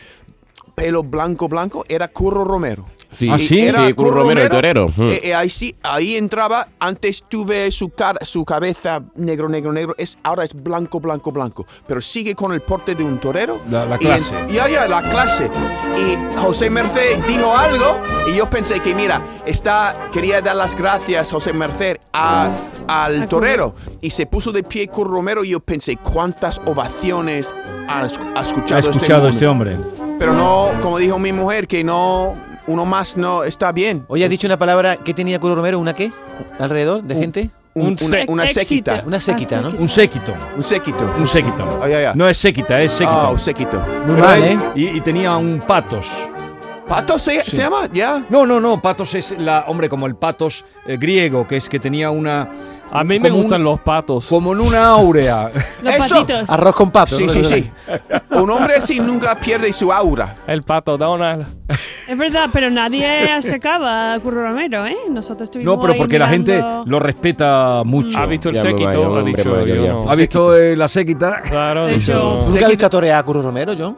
[SPEAKER 3] pelo blanco, blanco, era Curro Romero.
[SPEAKER 6] Sí,
[SPEAKER 2] ¿Ah, sí?
[SPEAKER 3] Y
[SPEAKER 6] sí, Curro Romero, el torero. Mm.
[SPEAKER 3] eh, eh, ahí sí, ahí entraba, antes tuve su cara, su cabeza negro, negro, negro, es, ahora es blanco, blanco, blanco, pero sigue con el porte de un torero.
[SPEAKER 2] La- la
[SPEAKER 3] Y en-
[SPEAKER 2] clase.
[SPEAKER 3] ya, ya, la clase. Y José Merced dijo algo y yo pensé que, mira, está, quería dar las gracias, José Merced, a- al torero. Y se puso de pie Curro Romero y yo pensé, ¿cuántas ovaciones ha, es- ha escuchado,
[SPEAKER 2] ha escuchado
[SPEAKER 3] este
[SPEAKER 2] este
[SPEAKER 3] hombre?
[SPEAKER 2] hombre.
[SPEAKER 3] Pero no, como dijo mi mujer, que no, uno más no está bien.
[SPEAKER 7] Oye, has dicho una palabra que tenía Culo Romero, una qué? ¿Alrededor de gente?
[SPEAKER 3] Un-
[SPEAKER 4] Un
[SPEAKER 3] una-
[SPEAKER 4] sec-
[SPEAKER 3] una
[SPEAKER 5] éxito.
[SPEAKER 3] séquita.
[SPEAKER 7] Una séquita, ¿no?
[SPEAKER 2] Un séquito.
[SPEAKER 3] Un séquito. Ah,
[SPEAKER 2] Un séquito.
[SPEAKER 3] Ay, ay, ay.
[SPEAKER 2] No es séquita, es séquito.
[SPEAKER 3] Ah, un séquito.
[SPEAKER 7] Muy
[SPEAKER 2] Pero
[SPEAKER 7] mal,
[SPEAKER 2] él-
[SPEAKER 7] ¿eh?
[SPEAKER 2] y, y tenía un patos.
[SPEAKER 3] ¿Pato se, se llama? ¿Ya?
[SPEAKER 2] No, no, no, patos es la. Hombre, como el patos eh, griego, que es que tenía una.
[SPEAKER 4] A mí me
[SPEAKER 2] como un-
[SPEAKER 4] gustan los patos.
[SPEAKER 2] Como en una áurea.
[SPEAKER 5] Los
[SPEAKER 3] Eso.
[SPEAKER 5] patitos.
[SPEAKER 7] Arroz con pato.
[SPEAKER 3] Sí,
[SPEAKER 7] ¿no?
[SPEAKER 3] sí, sí. Un hombre así nunca pierde su aura.
[SPEAKER 4] El pato Donald.
[SPEAKER 5] Es verdad, pero nadie acercaba a Curro Romero, ¿eh? Nosotros estuvimos
[SPEAKER 2] no, pero
[SPEAKER 5] ahí
[SPEAKER 2] porque la gente
[SPEAKER 5] mirando.
[SPEAKER 2] lo respeta mucho.
[SPEAKER 4] Ha visto el
[SPEAKER 6] Ya me vaya,
[SPEAKER 4] séquito, ha
[SPEAKER 6] hombre,
[SPEAKER 4] dicho
[SPEAKER 6] madre
[SPEAKER 4] yo
[SPEAKER 6] mía.
[SPEAKER 4] no.
[SPEAKER 2] ¿Ha visto eh, la séquita?
[SPEAKER 4] Claro, ha
[SPEAKER 5] De
[SPEAKER 4] dicho.
[SPEAKER 7] ¿Nunca has visto a torear a Curro Romero, John?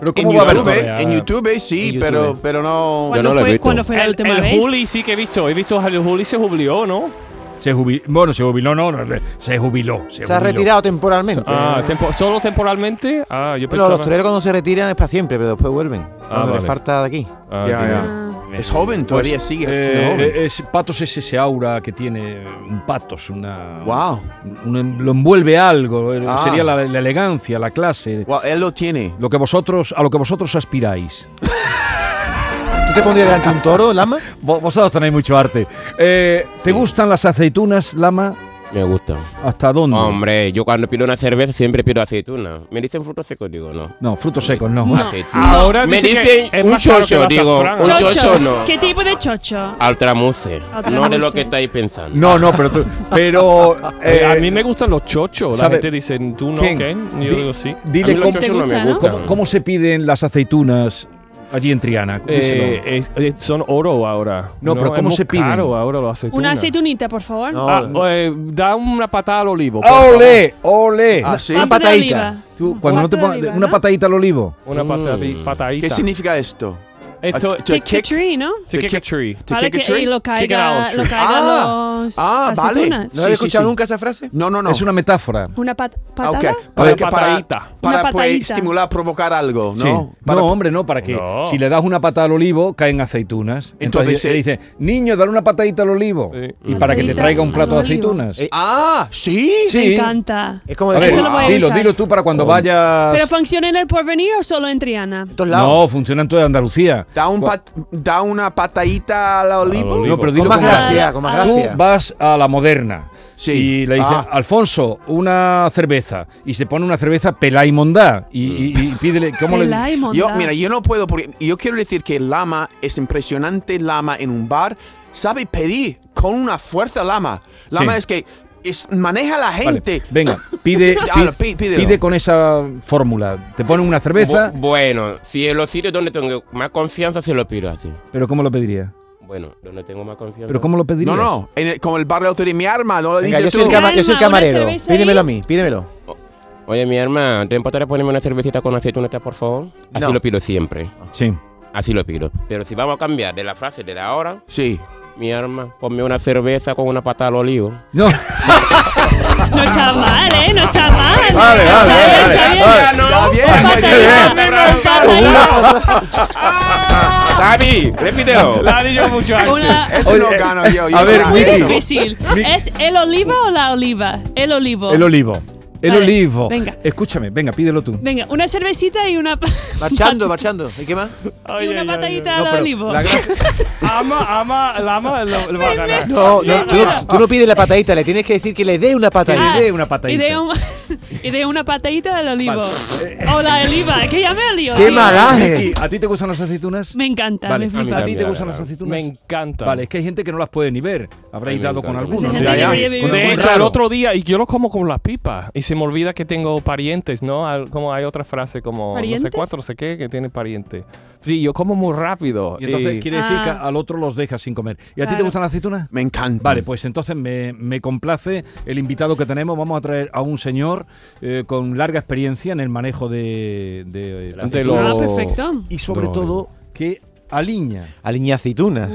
[SPEAKER 2] Pero
[SPEAKER 3] En
[SPEAKER 2] ¿cómo va a haber
[SPEAKER 3] YouTube,
[SPEAKER 2] torear?
[SPEAKER 3] en YouTube sí,
[SPEAKER 7] En
[SPEAKER 3] pero
[SPEAKER 7] YouTube.
[SPEAKER 3] pero no.
[SPEAKER 6] Yo
[SPEAKER 5] ¿Cuándo
[SPEAKER 6] no lo he
[SPEAKER 5] fue,
[SPEAKER 6] visto.
[SPEAKER 5] cuándo fue la
[SPEAKER 4] El,
[SPEAKER 5] última
[SPEAKER 4] el
[SPEAKER 5] vez?
[SPEAKER 4] Juli sí que he visto. He visto al Juli se jubiló, ¿no?
[SPEAKER 2] Se jubiló, bueno, se jubiló, no, no, no, se jubiló. Se,
[SPEAKER 7] Se ha
[SPEAKER 2] jubiló.
[SPEAKER 7] retirado temporalmente.
[SPEAKER 4] Ah, tempo- solo temporalmente. Ah, yo
[SPEAKER 7] Pero
[SPEAKER 4] pensaba.
[SPEAKER 7] los toreros cuando se retiran es para siempre, pero después vuelven.
[SPEAKER 2] Ah,
[SPEAKER 7] Cuando les
[SPEAKER 4] vale.
[SPEAKER 7] falta de aquí.
[SPEAKER 4] Ah,
[SPEAKER 3] Ya,
[SPEAKER 4] digo.
[SPEAKER 3] ya.
[SPEAKER 5] Ah.
[SPEAKER 3] Es joven, todavía sigue.
[SPEAKER 2] Pues,
[SPEAKER 3] siendo
[SPEAKER 2] Eh,
[SPEAKER 3] joven.
[SPEAKER 2] es, patos es ese aura que tiene un patos, una.
[SPEAKER 3] wow.
[SPEAKER 2] un- em, lo envuelve algo, eh,
[SPEAKER 3] Ah.
[SPEAKER 2] sería la, la elegancia, la clase,
[SPEAKER 3] Wow, él lo tiene.
[SPEAKER 2] lo que vosotros, a lo que vosotros aspiráis.
[SPEAKER 7] ¿Tú te pondrías delante de un toro, Lama?
[SPEAKER 2] Eh, Vosotros tenéis mucho arte. ¿Te gustan las aceitunas, Lama?
[SPEAKER 6] Me gusta.
[SPEAKER 9] ¿Hasta
[SPEAKER 2] Mm.
[SPEAKER 9] dónde?
[SPEAKER 6] Hombre, yo cuando pido una cerveza siempre pido aceituna. Me dicen frutos secos, digo, no.
[SPEAKER 9] No, frutos secos, no.
[SPEAKER 6] Aceituna.
[SPEAKER 4] Ahora
[SPEAKER 6] me
[SPEAKER 4] dice que
[SPEAKER 6] dicen
[SPEAKER 4] es
[SPEAKER 6] un
[SPEAKER 4] más caro que
[SPEAKER 6] chocho,
[SPEAKER 4] el
[SPEAKER 6] digo,
[SPEAKER 4] azafrán.
[SPEAKER 6] un
[SPEAKER 5] Chochos.
[SPEAKER 6] chocho no.
[SPEAKER 5] ¿Qué tipo de chocho?
[SPEAKER 6] Ah, Altramuce. No de
[SPEAKER 5] Altramuce.
[SPEAKER 6] lo que estáis pensando.
[SPEAKER 2] No, no, pero tú- pero
[SPEAKER 4] Eh, a
[SPEAKER 2] eh,
[SPEAKER 4] mí me gustan los chochos. La
[SPEAKER 2] ¿sabe?
[SPEAKER 4] gente dice, ¿tú no,
[SPEAKER 2] ¿Quién?
[SPEAKER 4] Ken?
[SPEAKER 2] Di-
[SPEAKER 4] Yo digo, sí.
[SPEAKER 6] A mí
[SPEAKER 2] dile
[SPEAKER 6] los
[SPEAKER 2] cómo,
[SPEAKER 6] chochos
[SPEAKER 5] ¿Te
[SPEAKER 6] no me
[SPEAKER 5] gusta, no?
[SPEAKER 6] gustan.
[SPEAKER 2] cómo- cómo se piden las aceitunas allí en Triana. Díselo.
[SPEAKER 4] Eh, es- eh, son oro ahora.
[SPEAKER 2] No, pero
[SPEAKER 4] es
[SPEAKER 2] ¿cómo
[SPEAKER 4] muy
[SPEAKER 2] se piden?
[SPEAKER 4] caro ahora los aceitunas.
[SPEAKER 5] Una aceitunita, por favor.
[SPEAKER 7] No,
[SPEAKER 4] Ah, eh, da una patada al olivo. pues. por favor.
[SPEAKER 2] ¡Ole! ¡Ole!
[SPEAKER 3] Ah, sí.
[SPEAKER 5] Una
[SPEAKER 7] Una patadita.
[SPEAKER 5] oliva.
[SPEAKER 9] Tú, cuando no te
[SPEAKER 5] Cuatro
[SPEAKER 9] pongas
[SPEAKER 5] olivas,
[SPEAKER 9] una
[SPEAKER 5] ¿no?
[SPEAKER 9] patadita al olivo.
[SPEAKER 4] Una pata-
[SPEAKER 6] Mm.
[SPEAKER 4] patadita.
[SPEAKER 3] ¿Qué significa esto?
[SPEAKER 4] Esto
[SPEAKER 3] A-
[SPEAKER 4] es
[SPEAKER 3] to
[SPEAKER 5] Kick the
[SPEAKER 3] kick-
[SPEAKER 5] tree, ¿no?
[SPEAKER 3] to kick-
[SPEAKER 4] tree.
[SPEAKER 3] to
[SPEAKER 5] Para
[SPEAKER 3] kick a
[SPEAKER 5] que
[SPEAKER 3] tree?
[SPEAKER 5] y lo
[SPEAKER 4] Kick it
[SPEAKER 5] caiga,
[SPEAKER 4] out,
[SPEAKER 5] lo
[SPEAKER 4] tree.
[SPEAKER 5] caigan
[SPEAKER 3] Ah,
[SPEAKER 5] los
[SPEAKER 3] ah, vale.
[SPEAKER 5] aceitunas.
[SPEAKER 7] ¿No había
[SPEAKER 3] Sí, sí,
[SPEAKER 7] escuchado
[SPEAKER 3] sí.
[SPEAKER 7] nunca esa frase?
[SPEAKER 3] No, no, no.
[SPEAKER 9] Es una metáfora.
[SPEAKER 5] Una pat
[SPEAKER 3] Ah, ok.
[SPEAKER 5] patada.
[SPEAKER 3] Para,
[SPEAKER 4] Una
[SPEAKER 3] que, para,
[SPEAKER 4] patadita.
[SPEAKER 3] para,
[SPEAKER 5] Una
[SPEAKER 3] pues,
[SPEAKER 5] patadita.
[SPEAKER 3] estimular, provocar algo,
[SPEAKER 2] Sí.
[SPEAKER 3] ¿no?
[SPEAKER 2] No,
[SPEAKER 3] Para-
[SPEAKER 2] hombre, no, para que
[SPEAKER 4] No.
[SPEAKER 2] si le das una patada al olivo caen aceitunas. Entonces,
[SPEAKER 3] Entonces,
[SPEAKER 2] le dice, niño, dale una patadita al olivo.
[SPEAKER 4] Sí.
[SPEAKER 2] Y para que te
[SPEAKER 5] Patadita
[SPEAKER 2] traiga un plato de
[SPEAKER 5] al olivo.
[SPEAKER 2] aceitunas.
[SPEAKER 7] Eh,
[SPEAKER 3] Ah, sí.
[SPEAKER 2] Sí.
[SPEAKER 5] Me encanta.
[SPEAKER 7] Es como
[SPEAKER 2] A ver,
[SPEAKER 7] decir,
[SPEAKER 5] Eso lo voy a
[SPEAKER 2] dilo,
[SPEAKER 5] usar.
[SPEAKER 2] dilo tú para cuando vayas.
[SPEAKER 5] ¿Pero funciona en el porvenir o solo en Triana?
[SPEAKER 7] en todos lados.
[SPEAKER 2] no, funciona en toda Andalucía.
[SPEAKER 3] Da, un pat- da una patadita al olivo.
[SPEAKER 4] olivo.
[SPEAKER 2] No, pero dilo
[SPEAKER 7] con más
[SPEAKER 2] como-
[SPEAKER 7] gracia, con más
[SPEAKER 5] Ah,
[SPEAKER 2] Tú
[SPEAKER 7] gracia.
[SPEAKER 2] vas a la moderna
[SPEAKER 3] Sí.
[SPEAKER 2] y le dices,
[SPEAKER 3] Ah.
[SPEAKER 2] Alfonso, una cerveza. Y se pone una cerveza pelá y mondá. Y, y- y pídele, ¿cómo le
[SPEAKER 5] Pelá y mondá.
[SPEAKER 3] Yo, mira, yo no puedo porque yo quiero decir que Lama es impresionante. Lama en un bar sabe pedir con una fuerza. Lama, Lama
[SPEAKER 2] Sí.
[SPEAKER 3] es que es- maneja a la
[SPEAKER 2] Vale,
[SPEAKER 3] gente.
[SPEAKER 2] venga, pide,
[SPEAKER 3] Ya,
[SPEAKER 2] pi-
[SPEAKER 3] lo pi-
[SPEAKER 2] pide,
[SPEAKER 3] pídelo.
[SPEAKER 2] con esa fórmula. Te ponen una cerveza,
[SPEAKER 6] Bu- bueno, si en los sitios donde tengo más confianza se lo pido así.
[SPEAKER 2] pero ¿cómo lo pediría?
[SPEAKER 6] Bueno, donde tengo más confianza.
[SPEAKER 2] ¿Pero cómo lo pedirías?
[SPEAKER 3] No, no, en el- como el bar de autor de mi arma, no lo
[SPEAKER 7] Venga,
[SPEAKER 3] dices
[SPEAKER 7] yo soy, el
[SPEAKER 3] tú.
[SPEAKER 7] cama- yo soy el
[SPEAKER 5] Calma, una
[SPEAKER 7] camarero.
[SPEAKER 5] cerveza ahí.
[SPEAKER 7] Pídemelo a mí, pídemelo.
[SPEAKER 6] Oye, mi hermana, ¿te importaría ponerme una cervecita con aceituneta, por favor? Así
[SPEAKER 7] No.
[SPEAKER 6] lo pido siempre.
[SPEAKER 2] Sí.
[SPEAKER 6] Así lo pido. Pero si vamos a cambiar de la frase de la hora,
[SPEAKER 3] Sí.
[SPEAKER 6] mi hermana, ponme una cerveza con una patada al olivo.
[SPEAKER 2] No,
[SPEAKER 5] No está mal, ¿eh? No está mal.
[SPEAKER 2] Vale,
[SPEAKER 5] Está
[SPEAKER 2] vale,
[SPEAKER 5] bien,
[SPEAKER 2] vale,
[SPEAKER 5] está bien.
[SPEAKER 6] Ya, ¿no?
[SPEAKER 3] Está bien,
[SPEAKER 5] Con
[SPEAKER 3] está bien.
[SPEAKER 5] patadita, con patadita.
[SPEAKER 6] David, repítelo.
[SPEAKER 4] La dicho mucho antes.
[SPEAKER 5] Una-
[SPEAKER 3] Eso
[SPEAKER 2] Oye, eh,
[SPEAKER 3] no gano yo. yo
[SPEAKER 2] a ver,
[SPEAKER 3] gano
[SPEAKER 2] Wiki.
[SPEAKER 3] eso.
[SPEAKER 5] difícil. ¿Es el olivo o la oliva? El olivo.
[SPEAKER 2] el olivo. El
[SPEAKER 5] Vale,
[SPEAKER 2] olivo.
[SPEAKER 5] venga.
[SPEAKER 2] Escúchame, venga, pídelo tú.
[SPEAKER 5] Venga, una cervecita y una,
[SPEAKER 7] Marchando, marchando. ¿Y qué más?
[SPEAKER 4] Ay,
[SPEAKER 5] y una
[SPEAKER 4] ay, ay,
[SPEAKER 5] patadita
[SPEAKER 4] ay.
[SPEAKER 5] al
[SPEAKER 2] pero
[SPEAKER 5] olivo.
[SPEAKER 2] la gra-
[SPEAKER 4] Ama, ama, la ama, lo, lo va a ganar.
[SPEAKER 7] No,
[SPEAKER 4] Ya,
[SPEAKER 7] no, tú,
[SPEAKER 4] ya.
[SPEAKER 7] no, Ah. tú no pides la patadita, le tienes que decir que le dé una patadita.
[SPEAKER 2] le dé una patadita.
[SPEAKER 5] Ah, Y de, un- y de una patadita al olivo. O la oliva, que ya me lío.
[SPEAKER 7] ¡Qué
[SPEAKER 5] tío.
[SPEAKER 7] malaje!
[SPEAKER 2] Vicky, ¿A ti te gustan las aceitunas?
[SPEAKER 5] Me encanta,
[SPEAKER 2] Vale,
[SPEAKER 5] me flipa.
[SPEAKER 2] ¿a ti te
[SPEAKER 6] también,
[SPEAKER 2] gustan
[SPEAKER 6] claro.
[SPEAKER 2] las aceitunas?
[SPEAKER 4] Me encanta.
[SPEAKER 2] Vale, es que hay gente que no las puede ni ver.
[SPEAKER 6] A
[SPEAKER 2] Habréis
[SPEAKER 6] mí me
[SPEAKER 2] dado con
[SPEAKER 6] encanta.
[SPEAKER 2] algunos.
[SPEAKER 5] Esa
[SPEAKER 2] ¿no?
[SPEAKER 5] gente
[SPEAKER 2] Ya,
[SPEAKER 5] que
[SPEAKER 2] ya.
[SPEAKER 5] vive-
[SPEAKER 2] Con
[SPEAKER 5] vive-
[SPEAKER 4] De
[SPEAKER 2] algún
[SPEAKER 4] hecho, el
[SPEAKER 2] raro.
[SPEAKER 4] otro día, y yo lo como con la pipa, y se me olvida que tengo parientes, ¿no? Al- Como hay otra frase como, no
[SPEAKER 5] ¿Parientes?
[SPEAKER 4] sé cuánto, no sé qué, que tiene pariente. Sí, yo como muy rápido.
[SPEAKER 2] Y entonces
[SPEAKER 4] y-
[SPEAKER 2] quiere decir que
[SPEAKER 5] Ah.
[SPEAKER 2] al otro los dejas sin comer. ¿Y a ti te
[SPEAKER 5] Claro.
[SPEAKER 2] gustan las aceitunas?
[SPEAKER 3] Me encanta.
[SPEAKER 2] Vale, pues entonces me, me complace el invitado que tenemos. Vamos a traer a un señor eh, con larga experiencia en el manejo de, de, la
[SPEAKER 4] De
[SPEAKER 2] aceituna.
[SPEAKER 5] Ah,
[SPEAKER 4] lo-
[SPEAKER 5] perfecto.
[SPEAKER 2] y sobre
[SPEAKER 4] Droga.
[SPEAKER 2] todo que aliña.
[SPEAKER 7] Aliña aceitunas.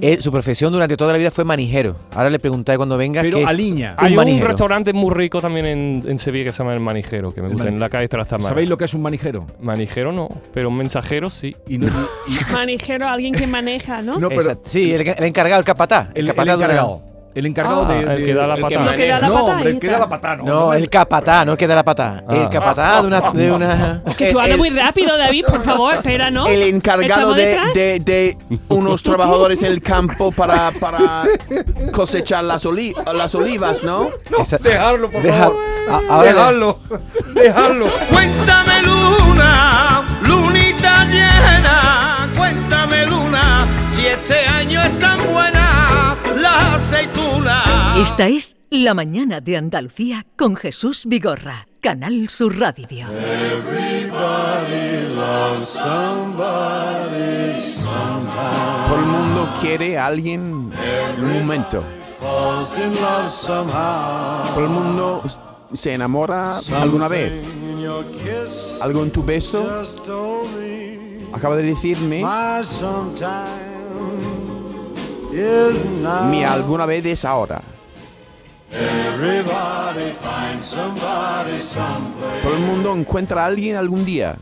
[SPEAKER 7] Eh, su profesión durante toda la vida fue manijero. Ahora le preguntáis cuando venga
[SPEAKER 2] Pero
[SPEAKER 7] qué es
[SPEAKER 2] aliña.
[SPEAKER 4] Hay un
[SPEAKER 7] manijero.
[SPEAKER 4] restaurante muy rico también en, en Sevilla que se llama El Manijero, que me gusta, en la calle Trastamara.
[SPEAKER 2] ¿Sabéis lo que es un manijero?
[SPEAKER 4] Manijero no, pero un mensajero sí.
[SPEAKER 2] Y no,
[SPEAKER 5] Manijero, alguien que maneja, ¿no?
[SPEAKER 2] no, pero
[SPEAKER 7] Exacto. Sí, el, el encargado, el capatá.
[SPEAKER 2] el, el
[SPEAKER 7] capatá de una-
[SPEAKER 2] encargado. El encargado
[SPEAKER 4] Ah,
[SPEAKER 2] de,
[SPEAKER 4] el
[SPEAKER 2] de-
[SPEAKER 4] que da la
[SPEAKER 6] el que
[SPEAKER 4] patada.
[SPEAKER 6] maneja.
[SPEAKER 5] da la
[SPEAKER 2] no, hombre, el
[SPEAKER 5] patadita.
[SPEAKER 2] que da la patada. No,
[SPEAKER 7] No, el capatá, no el que da la patá.
[SPEAKER 4] Ah.
[SPEAKER 7] El capatá de una. De una...
[SPEAKER 5] Que tú
[SPEAKER 3] El-
[SPEAKER 5] hablas muy rápido, David, por favor, espera, ¿no?
[SPEAKER 3] el encargado
[SPEAKER 5] ¿Estamos
[SPEAKER 3] de,
[SPEAKER 5] detrás?
[SPEAKER 3] de- de unos trabajadores en el campo para, para cosechar las, oli- las olivas, ¿no?
[SPEAKER 7] Esa-
[SPEAKER 2] Dejarlo, por
[SPEAKER 7] Deja-
[SPEAKER 2] favor.
[SPEAKER 7] a- ahora le-
[SPEAKER 2] Dejadlo. Dejadlo.
[SPEAKER 8] Cuéntame luna, lunita llena, cuéntame luna, si este año es tan buena la aceituna.
[SPEAKER 1] Esta es La Mañana de Andalucía con Jesús Vigorra, Canal Sur Radio.
[SPEAKER 3] Todo el mundo quiere a alguien en un momento. Todo el mundo se enamora alguna vez. Algo en tu beso. Acaba de decirme mi alguna vez es ahora. Todo el mundo encuentra a alguien algún día.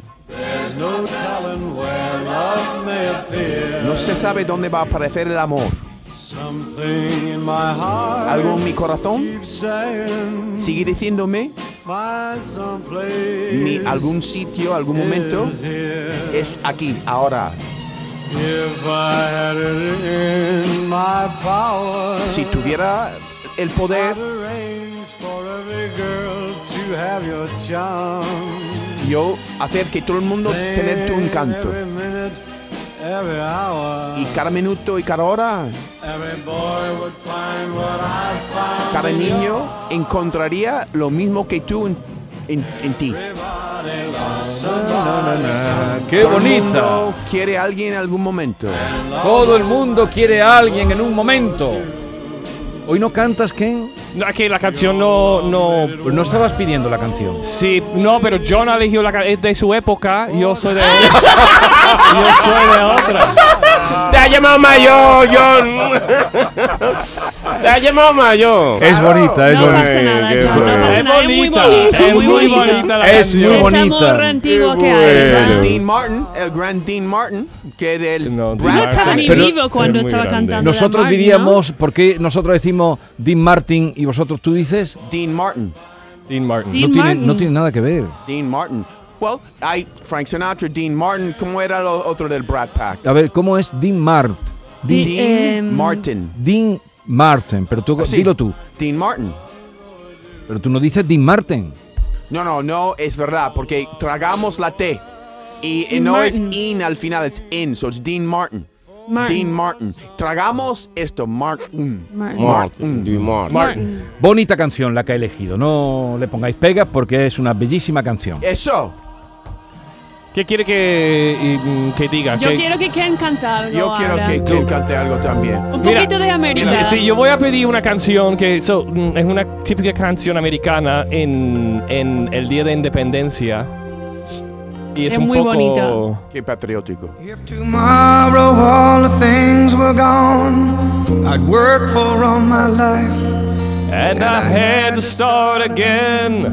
[SPEAKER 3] No se sabe dónde va a aparecer el amor. Algo en mi corazón sigue diciéndome mi algún sitio, algún momento es aquí, ahora. Si tuviera el poder. Yo hacer que todo el mundo tener tu encanto. Y cada minuto y cada hora, cada niño encontraría lo mismo que tú en, en- en ti.
[SPEAKER 2] ¡Qué
[SPEAKER 3] Todo el
[SPEAKER 2] bonita!
[SPEAKER 3] mundo quiere a alguien en algún momento.
[SPEAKER 2] Todo el mundo quiere a alguien en un momento.
[SPEAKER 9] Hoy no cantas, Ken.
[SPEAKER 4] No, es que la canción no, no.
[SPEAKER 2] Pero no estabas pidiendo la canción.
[SPEAKER 4] Sí, no, pero John ha elegido la canción. Es de su época. Yo soy de. yo soy de otra.
[SPEAKER 6] Te ha llamado mayor, John. Te ha llamado mayor.
[SPEAKER 2] Eh,
[SPEAKER 9] Es bonita, es
[SPEAKER 5] No
[SPEAKER 9] bonita.
[SPEAKER 5] pasa nada,
[SPEAKER 6] qué
[SPEAKER 5] John, no
[SPEAKER 6] bueno.
[SPEAKER 5] pasa
[SPEAKER 4] Es
[SPEAKER 5] nada. Pues, Es muy
[SPEAKER 4] bonita,
[SPEAKER 5] bonita.
[SPEAKER 4] es muy bonita la
[SPEAKER 9] Es muy
[SPEAKER 5] Ese
[SPEAKER 9] bonita.
[SPEAKER 5] amor antiguo
[SPEAKER 6] Qué
[SPEAKER 5] que hay.
[SPEAKER 4] Eh,
[SPEAKER 5] ¿verdad?
[SPEAKER 6] bueno.
[SPEAKER 3] Dean Martin, el gran Dean Martin, que del
[SPEAKER 4] No, Dean
[SPEAKER 3] Rat
[SPEAKER 5] No
[SPEAKER 4] Martin.
[SPEAKER 5] estaba
[SPEAKER 3] Pack.
[SPEAKER 5] ni
[SPEAKER 4] Pero-
[SPEAKER 5] vivo cuando
[SPEAKER 4] es muy
[SPEAKER 5] estaba
[SPEAKER 4] grande.
[SPEAKER 5] cantando.
[SPEAKER 9] Nosotros
[SPEAKER 5] Dan Martin,
[SPEAKER 9] diríamos, ¿por qué nosotros decimos Dean Martin y vosotros tú dices?
[SPEAKER 3] Dean Martin.
[SPEAKER 4] Dean Martin.
[SPEAKER 5] Dean
[SPEAKER 9] no, tiene,
[SPEAKER 5] Martin.
[SPEAKER 9] no tiene nada que ver.
[SPEAKER 3] Dean Martin. Well, hay Frank Sinatra, Dean Martin. ¿Cómo era el otro del Brad Pack?
[SPEAKER 9] A ver, ¿cómo es Dean Mart?
[SPEAKER 5] Di-
[SPEAKER 3] Dean
[SPEAKER 5] em,
[SPEAKER 3] Martin.
[SPEAKER 9] Dean Martin, pero tú,
[SPEAKER 3] Ah, Sí.
[SPEAKER 9] dilo tú.
[SPEAKER 3] Dean Martin.
[SPEAKER 9] Pero tú no dices Dean Martin.
[SPEAKER 3] No, no, no, es verdad, porque tragamos la T. Y, y
[SPEAKER 5] Dean
[SPEAKER 3] no
[SPEAKER 5] Martin.
[SPEAKER 3] es in al final, es in, so es Dean Martin.
[SPEAKER 5] Martin.
[SPEAKER 3] Dean Martin. Tragamos esto, Martin.
[SPEAKER 5] eh, Martin.
[SPEAKER 6] Martin, Dean Martin.
[SPEAKER 4] Martin.
[SPEAKER 9] Bonita canción la que ha elegido. No le pongáis pegas porque es una bellísima canción.
[SPEAKER 3] Eso,
[SPEAKER 4] ¿Qué quiere que, y, mm, que diga?
[SPEAKER 5] Yo
[SPEAKER 4] Que-
[SPEAKER 5] quiero que Ken cante algo
[SPEAKER 3] yo quiero
[SPEAKER 5] ahora.
[SPEAKER 3] que tú cante algo también.
[SPEAKER 5] Un
[SPEAKER 4] Mira,
[SPEAKER 5] poquito de América.
[SPEAKER 4] Sí, sí, yo voy a pedir una canción que so, mm, es una típica canción americana en, en el Día de Independencia. Y es,
[SPEAKER 5] Es
[SPEAKER 4] un
[SPEAKER 5] muy
[SPEAKER 4] poco.
[SPEAKER 5] bonita.
[SPEAKER 3] Qué patriótico.
[SPEAKER 8] If tomorrow all the things were gone, I'd work for all my life.
[SPEAKER 4] And I had to start again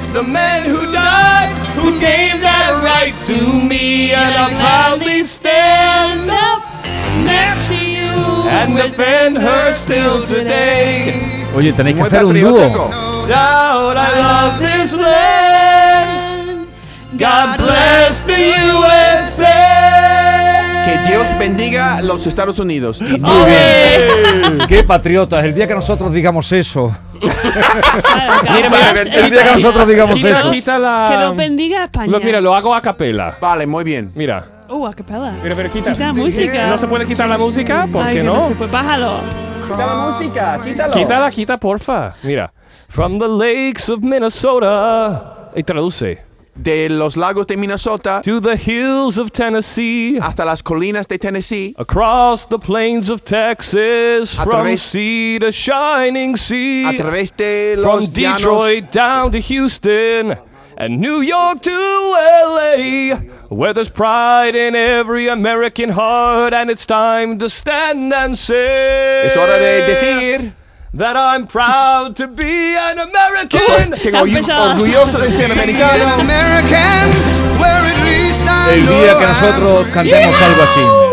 [SPEAKER 4] the men who died, who gave that right to me. And I'll proudly stand up next to you and defend her still today.
[SPEAKER 9] Oye, tenéis que
[SPEAKER 3] Muy
[SPEAKER 9] hacer un dúo.
[SPEAKER 3] patriótico.
[SPEAKER 4] Doubt I love this land. God bless the USA.
[SPEAKER 3] Que Dios bendiga a los Estados Unidos. Y-
[SPEAKER 9] ¡Qué patriotas! El día que nosotros digamos eso.
[SPEAKER 5] Claro, claro.
[SPEAKER 4] mira,
[SPEAKER 5] Es-
[SPEAKER 4] mira,
[SPEAKER 5] es-
[SPEAKER 9] El día que nosotros digamos
[SPEAKER 4] Quita,
[SPEAKER 9] eso.
[SPEAKER 4] quita la.
[SPEAKER 5] Que lo bendiga a España.
[SPEAKER 4] Lo- mira, lo hago a capela.
[SPEAKER 3] Vale, muy bien.
[SPEAKER 4] Mira,
[SPEAKER 5] Uh, a capela.
[SPEAKER 4] mira, pero quita.
[SPEAKER 5] Quita la música.
[SPEAKER 4] No se puede quitar la música, ¿por
[SPEAKER 5] Ay,
[SPEAKER 4] qué
[SPEAKER 5] que
[SPEAKER 4] no?
[SPEAKER 5] se puede. Bájalo.
[SPEAKER 3] Quita la música, quítalo.
[SPEAKER 4] Quítala, quita, porfa. Mira. From the lakes of Minnesota. Y traduce.
[SPEAKER 3] De los lagos de Minnesota
[SPEAKER 4] To the hills of Tennessee.
[SPEAKER 3] hasta las colinas de Tennessee.
[SPEAKER 4] Across the plains of Texas.
[SPEAKER 3] A
[SPEAKER 4] From
[SPEAKER 3] través-
[SPEAKER 4] sea to shining sea.
[SPEAKER 3] A través de
[SPEAKER 4] From
[SPEAKER 3] los llanos
[SPEAKER 4] Detroit down to Houston and New York to LA, where there's pride in every American heart, and it's time to stand and say
[SPEAKER 3] Es hora de decir.
[SPEAKER 4] that I'm proud to be an American.
[SPEAKER 3] Tengo orgu-
[SPEAKER 5] empezado.
[SPEAKER 3] orgulloso de ser
[SPEAKER 8] An
[SPEAKER 3] americano.
[SPEAKER 8] American, where at least I
[SPEAKER 9] El
[SPEAKER 8] know
[SPEAKER 9] día que
[SPEAKER 8] I'm
[SPEAKER 9] nosotros cantemos algo así.